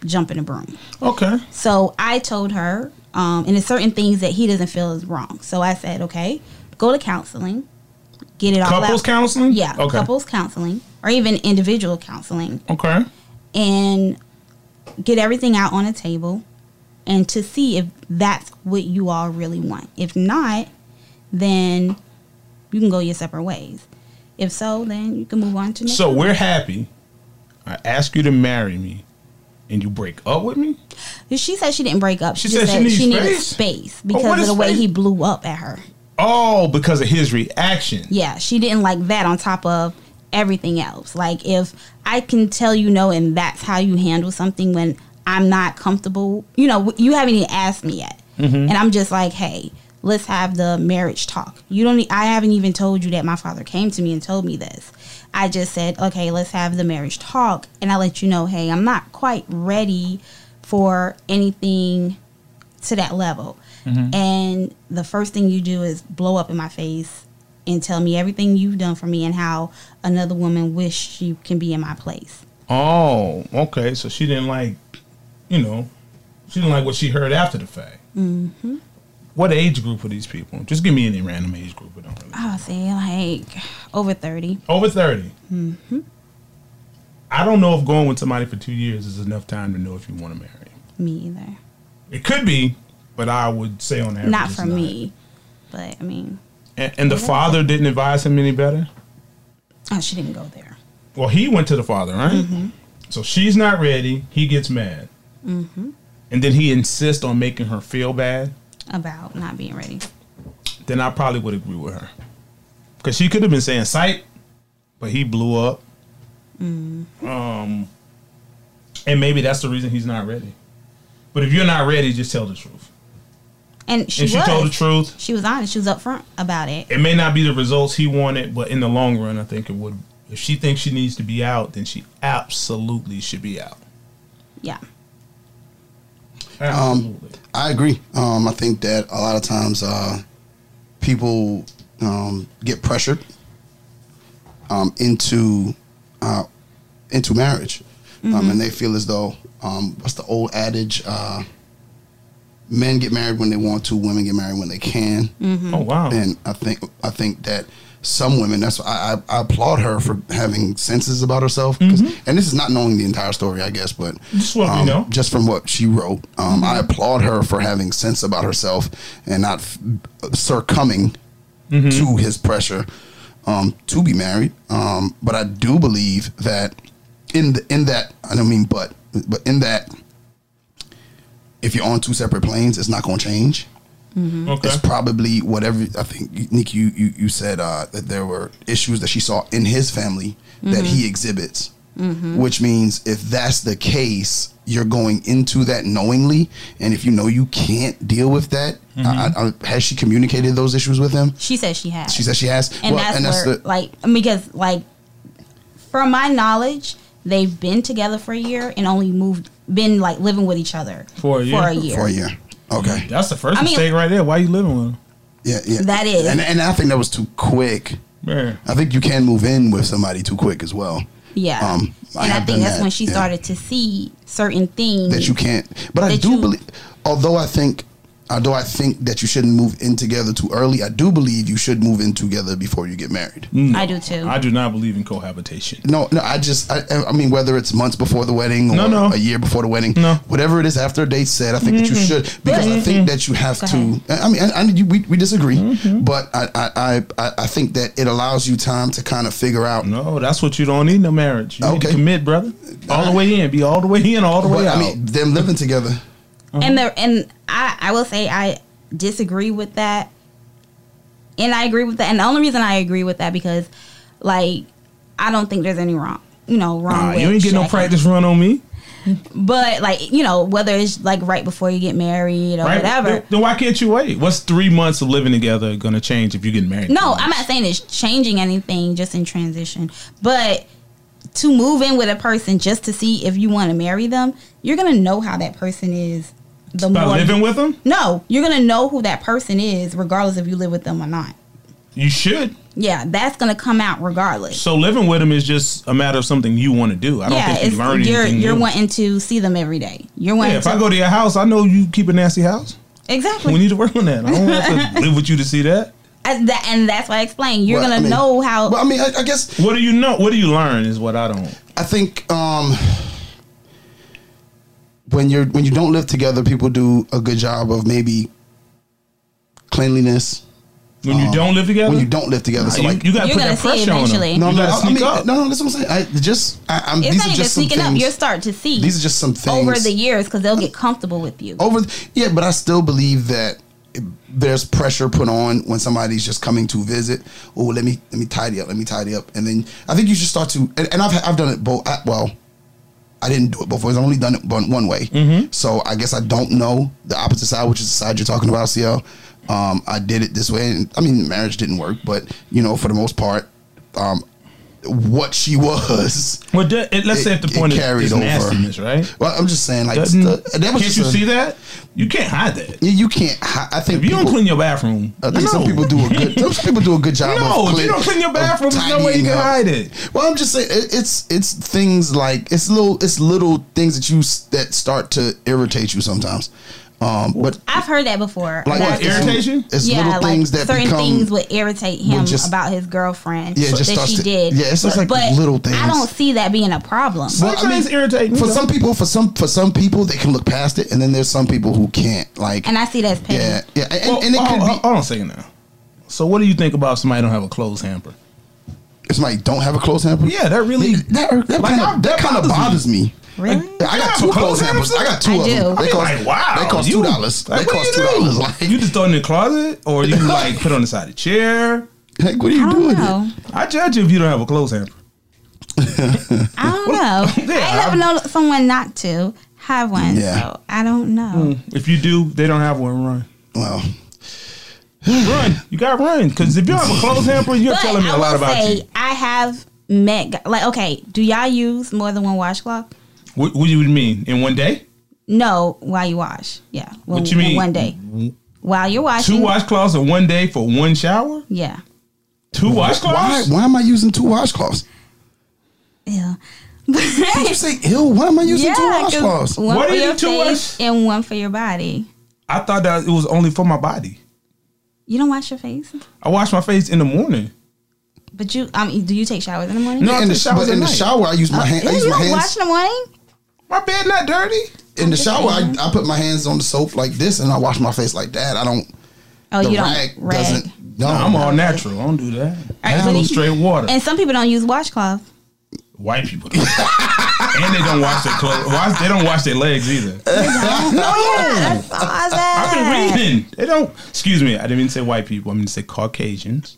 jumping a broom
Okay.
so i told her um, and there's certain things that he doesn't feel is wrong so i said okay go to counseling get it all
Couples
out
counseling?
yeah
Okay.
couples counseling or even individual counseling
Okay.
and get everything out on a table and to see if that's what you all really want. If not, then you can go your separate ways. If so, then you can move on to next.
So we're happy. I ask you to marry me, and you break up with me.
she said she didn't break up. She,
She
just
said
said,
she needs
she needed
space.
space
But what
because of
is
the way
space?
he blew up at her.
Oh, because of his reaction.
Yeah, she didn't like that on top of everything else. Like if I can tell you no and that's how you handle something when I'm not comfortable, you know, you haven't even asked me yet. And I'm just like, "Hey, let's have the marriage talk." You don't e- I haven't even told you that my father came to me and told me this. I just said, "Okay, let's have the marriage talk." And I let you know, "Hey, I'm not quite ready for anything to that level. And the first thing you do is blow up in my face and tell me everything you've done for me and how another woman wish she can be in my place.
Oh, okay. So she didn't like, you know, she didn't like what she heard after the fact. Mm-hmm. What age group are these people? Just give me any random age group. I don't really.
I would say Oh, like over 30.
Over 30 Mm-hmm. I don't know if going with somebody for two years is enough time to know if you want to marry.
Me either.
It could be, but I would say on average,
Not
it's
for me. But I mean,
And, and the father didn't advise him any better.
oh, she didn't go there.
Well, he went to the father, right?
Mm-hmm.
So she's not ready. He gets mad,
Mm-hmm.
and then he insists on making her feel bad.
About not being ready.
Then I probably would agree with her, because she could have been saying "sight," but he blew up. Um,
Mm.
and maybe that's the reason he's not ready. But if you're not ready, just tell the truth.
And she,
If she
was.
told the truth,
She was honest. She was upfront about it.
it may not be the results he wanted, but in the long run, I think it would. If she thinks she needs to be out, then she absolutely should be out.
Yeah.
Absolutely.
Um, I agree. Um, I think that a lot of times uh, people um, get pressured um, into uh, into marriage, um, and they feel as though um, what's the old adage? Uh, men get married when they want to, women get married when they can.
Mm-hmm.
oh wow.
And I think I think that some women. That's why I, I, I applaud her for having senses about herself. 'cause- And this is not knowing the entire story, I guess, but
Mm-hmm. Just what we
um,
know. Mm-hmm.
just from what she wrote, um, I applaud her for having sense about herself and not f- succumbing
Mm-hmm.
to his pressure um, to be married. Um, but I do believe that in the, in that I don't mean but but in that if you're on two separate planes, it's not going to change
Okay.
it's probably whatever I think Nikki you you, you said uh, that there were issues that she saw in his family that
Mm-hmm.
he exhibits, which means if that's the case, you're going into that knowingly, and if you know you can't deal with that, I,
Mm-hmm.
I, I, has she communicated those issues with him?
She said she had.
She said she has,
and that's where like because like from my knowledge they've been together for a year and only moved been like living with each other
For a year?
for a year,
for a year. Okay,
That's the first
I mean-
mistake right there. Why you living with him?
yeah, yeah,
Mm-hmm. That is.
and, and I think that was too quick.
Mm.
Man.
I think you can move in with somebody too quick as well.
yeah
Um, I
and i,
have done
think that's
that,
when she
yeah.
started to see certain things
that you can't. But I
That
do
you-
believe, although I think Although I think that you shouldn't move in together too early, I do believe you should move in together before you get married.
Mm.
I do too.
I do not believe in cohabitation.
No, no, I just, I, I mean, whether it's months before the wedding or
No, no.
a year before the wedding,
No.
whatever it is after a date said, I think that you should because I think that you have
Mm-hmm. Go Mm-hmm.
to. I I mean, I, I, you- we, we disagree, but I, I, I, I think that it allows you time to kind of figure out.
No, that's what you don't need in a marriage. You need to
Okay.
commit, brother. All the way in. Be all the way in, all the way
But,
out.
I mean, them living together.
and the and I I will say I disagree with that, and I agree with that. And the only reason I agree with that because, like, I don't think there's any wrong, you know, wrong.
Nah,
with
you ain't get no
shacking.
practice run on me.
but like you know whether it's like right before you get married or
Right? Then,
whatever.
then why can't you wait? What's three months of living together gonna change if you get married?
No, I'm not saying it's changing anything, just in transition. But to move in with a person just to see if you want to marry them, you're gonna know how that person is. The
By
more
living with them?
no, you're gonna know who that person is, regardless if you live with them or not.
You should.
Yeah, that's gonna come out regardless.
So living with them is just a matter of something you want to do. I don't
yeah,
think you learn
it's, you're
anything.
you're
new.
wanting to see them every day. You're wanting
yeah, if
to
I go to your house, I know you keep a nasty house.
exactly,
We need to work on that. I don't have to live with you to see that.
and, that, and that's why I explain. You're
Well,
gonna
I mean-
know how.
Well, I mean, I, I guess
What do you know? What do you learn is what I don't.
I think um, when you're when you don't live together, people do a good job of maybe cleanliness.
When you don't live together,
Uh, When you don't live together, so
you,
like
you gotta
You're
put
gonna
that
see
pressure on
eventually.
them.
no,
you
no,
gotta
I
sneak
mean,
up.
no, no, that's what I'm saying. I just I, I'm
it's
these
not
are
even
just some
sneaking up.
things.
You'll start to see.
These are just some things
over the years because they'll get comfortable with you.
over th- yeah but i still believe that there's pressure put on when somebody's just coming to visit oh let me let me tidy up let me tidy up and then i think you should start to and, and i've i've done it both I, well i didn't do it before i've only done it one, one way
Mm-hmm.
so i guess i don't know the opposite side which is the side you're talking about cl um, i did it this way and i mean marriage didn't work but you know for the most part um, what she was
Well, d- it, let's
It-
say if the
it
point is,
carried
is
over.
nastiness, right?
well i'm just saying like
Doesn't,
stu- that was
can't
just
you
a-
see that? You can't hide that.
you- you can't hi- i think
If you don't
people-
clean your bathroom,
I think
no.
some people do a good. Some people do a good job.
No,
of
if you don't clean your
of
bathroom, there's no way you
tidying
can
up.
hide it.
Well, I'm just saying it, it's it's things like it's little it's little things that you s- that start to irritate you sometimes. Um, but
I've heard that before.
like
about
What,
it's-
him.
irritation?
It's
yeah,
little
like
things that
certain
become.
things would irritate him
would just-
about his girlfriend
Yeah, it just
that
starts
she
to-
did.
yeah, it's just like
but
little
I
things.
don't see that being a problem.
Well, I mean,
Sometimes irritating,
for
you know.
some people. For some for some people, they can look past it, and then there's some people who can't. Like
and I see that's petty.
yeah, yeah, and,
Well, oh,
and it
hold,
could
hold-
be
hold on a second now. So, what do you think about somebody don't have a clothes hamper?
if somebody don't have a close hamper.
oh. Yeah, that really-
that that,
Like,
kind
I-
of
that
that kind of
bothers
bothers me.
Really?
I
have
got
a
two
clothes
clothes hampers.
hamper?
I got two
I
of them.
do.
They
I
mean,
cost,
like, wow,
They cost
you-
two dollars. They
like, what
cost
do
two
you do?
dollars. Like,
You just throw it in the closet, or you like put it on the side of the chair.
like, what are
I
you
don't
doing?
know.
I judge you if you don't have a clothes hamper.
I don't know.
Yeah,
I ain't never know someone not to have one.
Yeah.
So I don't know.
If you do, they don't have one. Run,
Well,
run. You got to run because if you don't have a clothes hamper, you're
But
telling me
I
a lot
will
about
say
you.
I have met gu- like okay. Do y'all use more than one washcloth?
What, what do you mean? In one day,
No, while you wash. Yeah. Well,
What you mean?
One day. While you're
two
washing.
washcloths in one day for one shower.
Yeah.
Two
why
washcloths.
why am I using two washcloths?
Yeah.
Did you say ill? Why am I using two
'cause
washcloths?
One
What
for
are you
your
two
face
wash-
and one for your body.
I thought that it was only for my body.
You don't wash your face,
I wash my face in the morning.
but you um do you take showers in the morning?
No.
In the,
the showers
but
at
in the
night.
shower, I use my hand.
Yeah,
I use
you
my
don't wash
hands.
in the morning.
My bed not dirty.
In the shower, I, I put my hands on the soap like this, and I wash my face like that. I don't.
Oh,
the
you don't
rag,
rag.
doesn't. No,
No, I'm all natural. I don't do that. I
so
do
you-
straight water.
And some people don't use washcloth.
White people do. and they don't wash their clothes. Wash, they don't wash their legs either.
Oh, Yeah, I saw that.
I've been reading. They don't. Excuse me. I didn't mean to say white people. I mean to say Caucasians.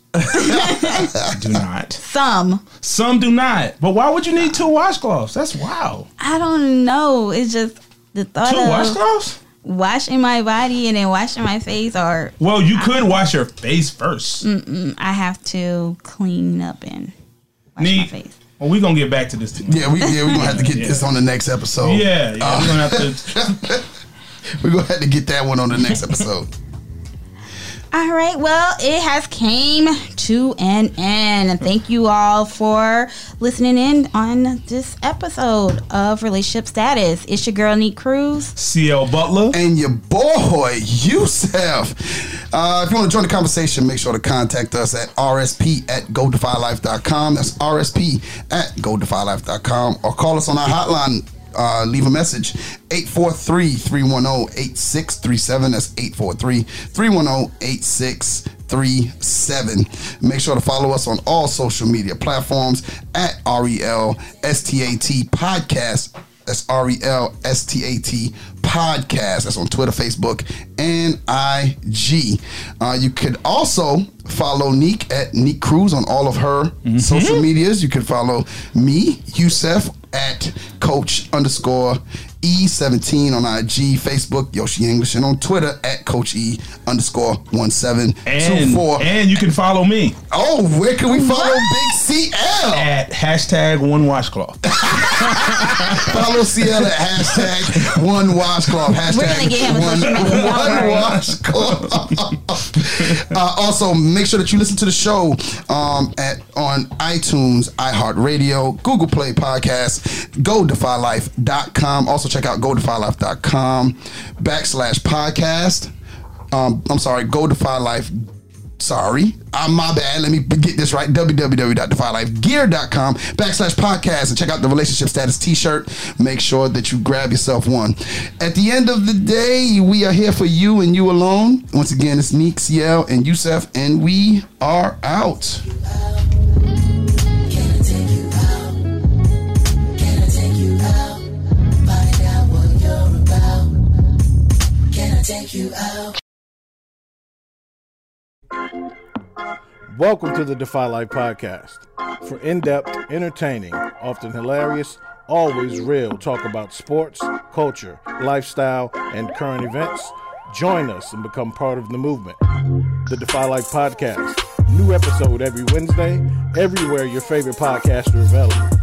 do not.
Some.
Some do not. But why would you need two washcloths? That's wow.
I don't know. It's just the thought
Two
of
washcloths?
washing my body and then washing my face, or
Well, you could wash your face first.
I have to clean up and wash my
Neat.
face.
Well, we're gonna get back to this tomorrow.
Yeah, we yeah we're gonna have to get this on the next episode.
Yeah, yeah, we're gonna have to.
we're gonna have to get that one on the next episode.
All right. Well, it has came to an end, and thank you all for listening in on this episode of Relationship Status. It's your girl Neat Cruz.
CL Butler.
and your boy Yusef. Uh, if you want to join the conversation, make sure to contact us at rsp at goldefylife.com. That's rsp at goldefylife.com or call us on our hotline. Uh, leave a message oh, 843-310-8637 that's oh, 843-310-8637 make sure to follow us on all social media platforms at E r-e-l-s-t-a-t podcast that's R E L S T A T podcast. That's on Twitter, Facebook, and IG. Uh, you could also follow Neek at Neek Cruz on all of her
Mm-hmm.
social medias. You can follow me, Yusef, at Coach underscore E17 on IG, Facebook, Yoshi English, and on Twitter at Coach E underscore
And,
1724.
and you can follow me
Oh, where can we follow Big CL?
at hashtag one washcloth.
Follow Ciel at hashtag one washcloth. Hashtag
We're gonna get him a
one,
social media.
one washcloth. uh, also, make sure that you listen to the show um, at on iTunes, iHeartRadio, Google Play Podcasts, GoDefyLife.com. Also, check out GoDefyLife.com backslash podcast. Um, I'm sorry, GoDefyLife.com sorry, uh, my bad. Let me get this right. www.defylifegear.com backslash podcast and check out the relationship status t-shirt. Make sure that you grab yourself one. At the end of the day, we are here for you and you alone. Once again, it's Neek, CL, and Yusef, and we are out.
Can I take you out? Can I take you out? Find out what you're about. Can I take you out?
Welcome to the Defy Life Podcast for in depth, entertaining, often hilarious, always real talk about sports, culture, lifestyle, and current events. Join us and become part of the movement. The Defy Life Podcast. New episode every Wednesday, everywhere your favorite podcasts are available.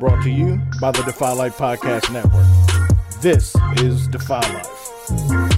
Brought to you by the Defy Life Podcast Network. This is Defy Life.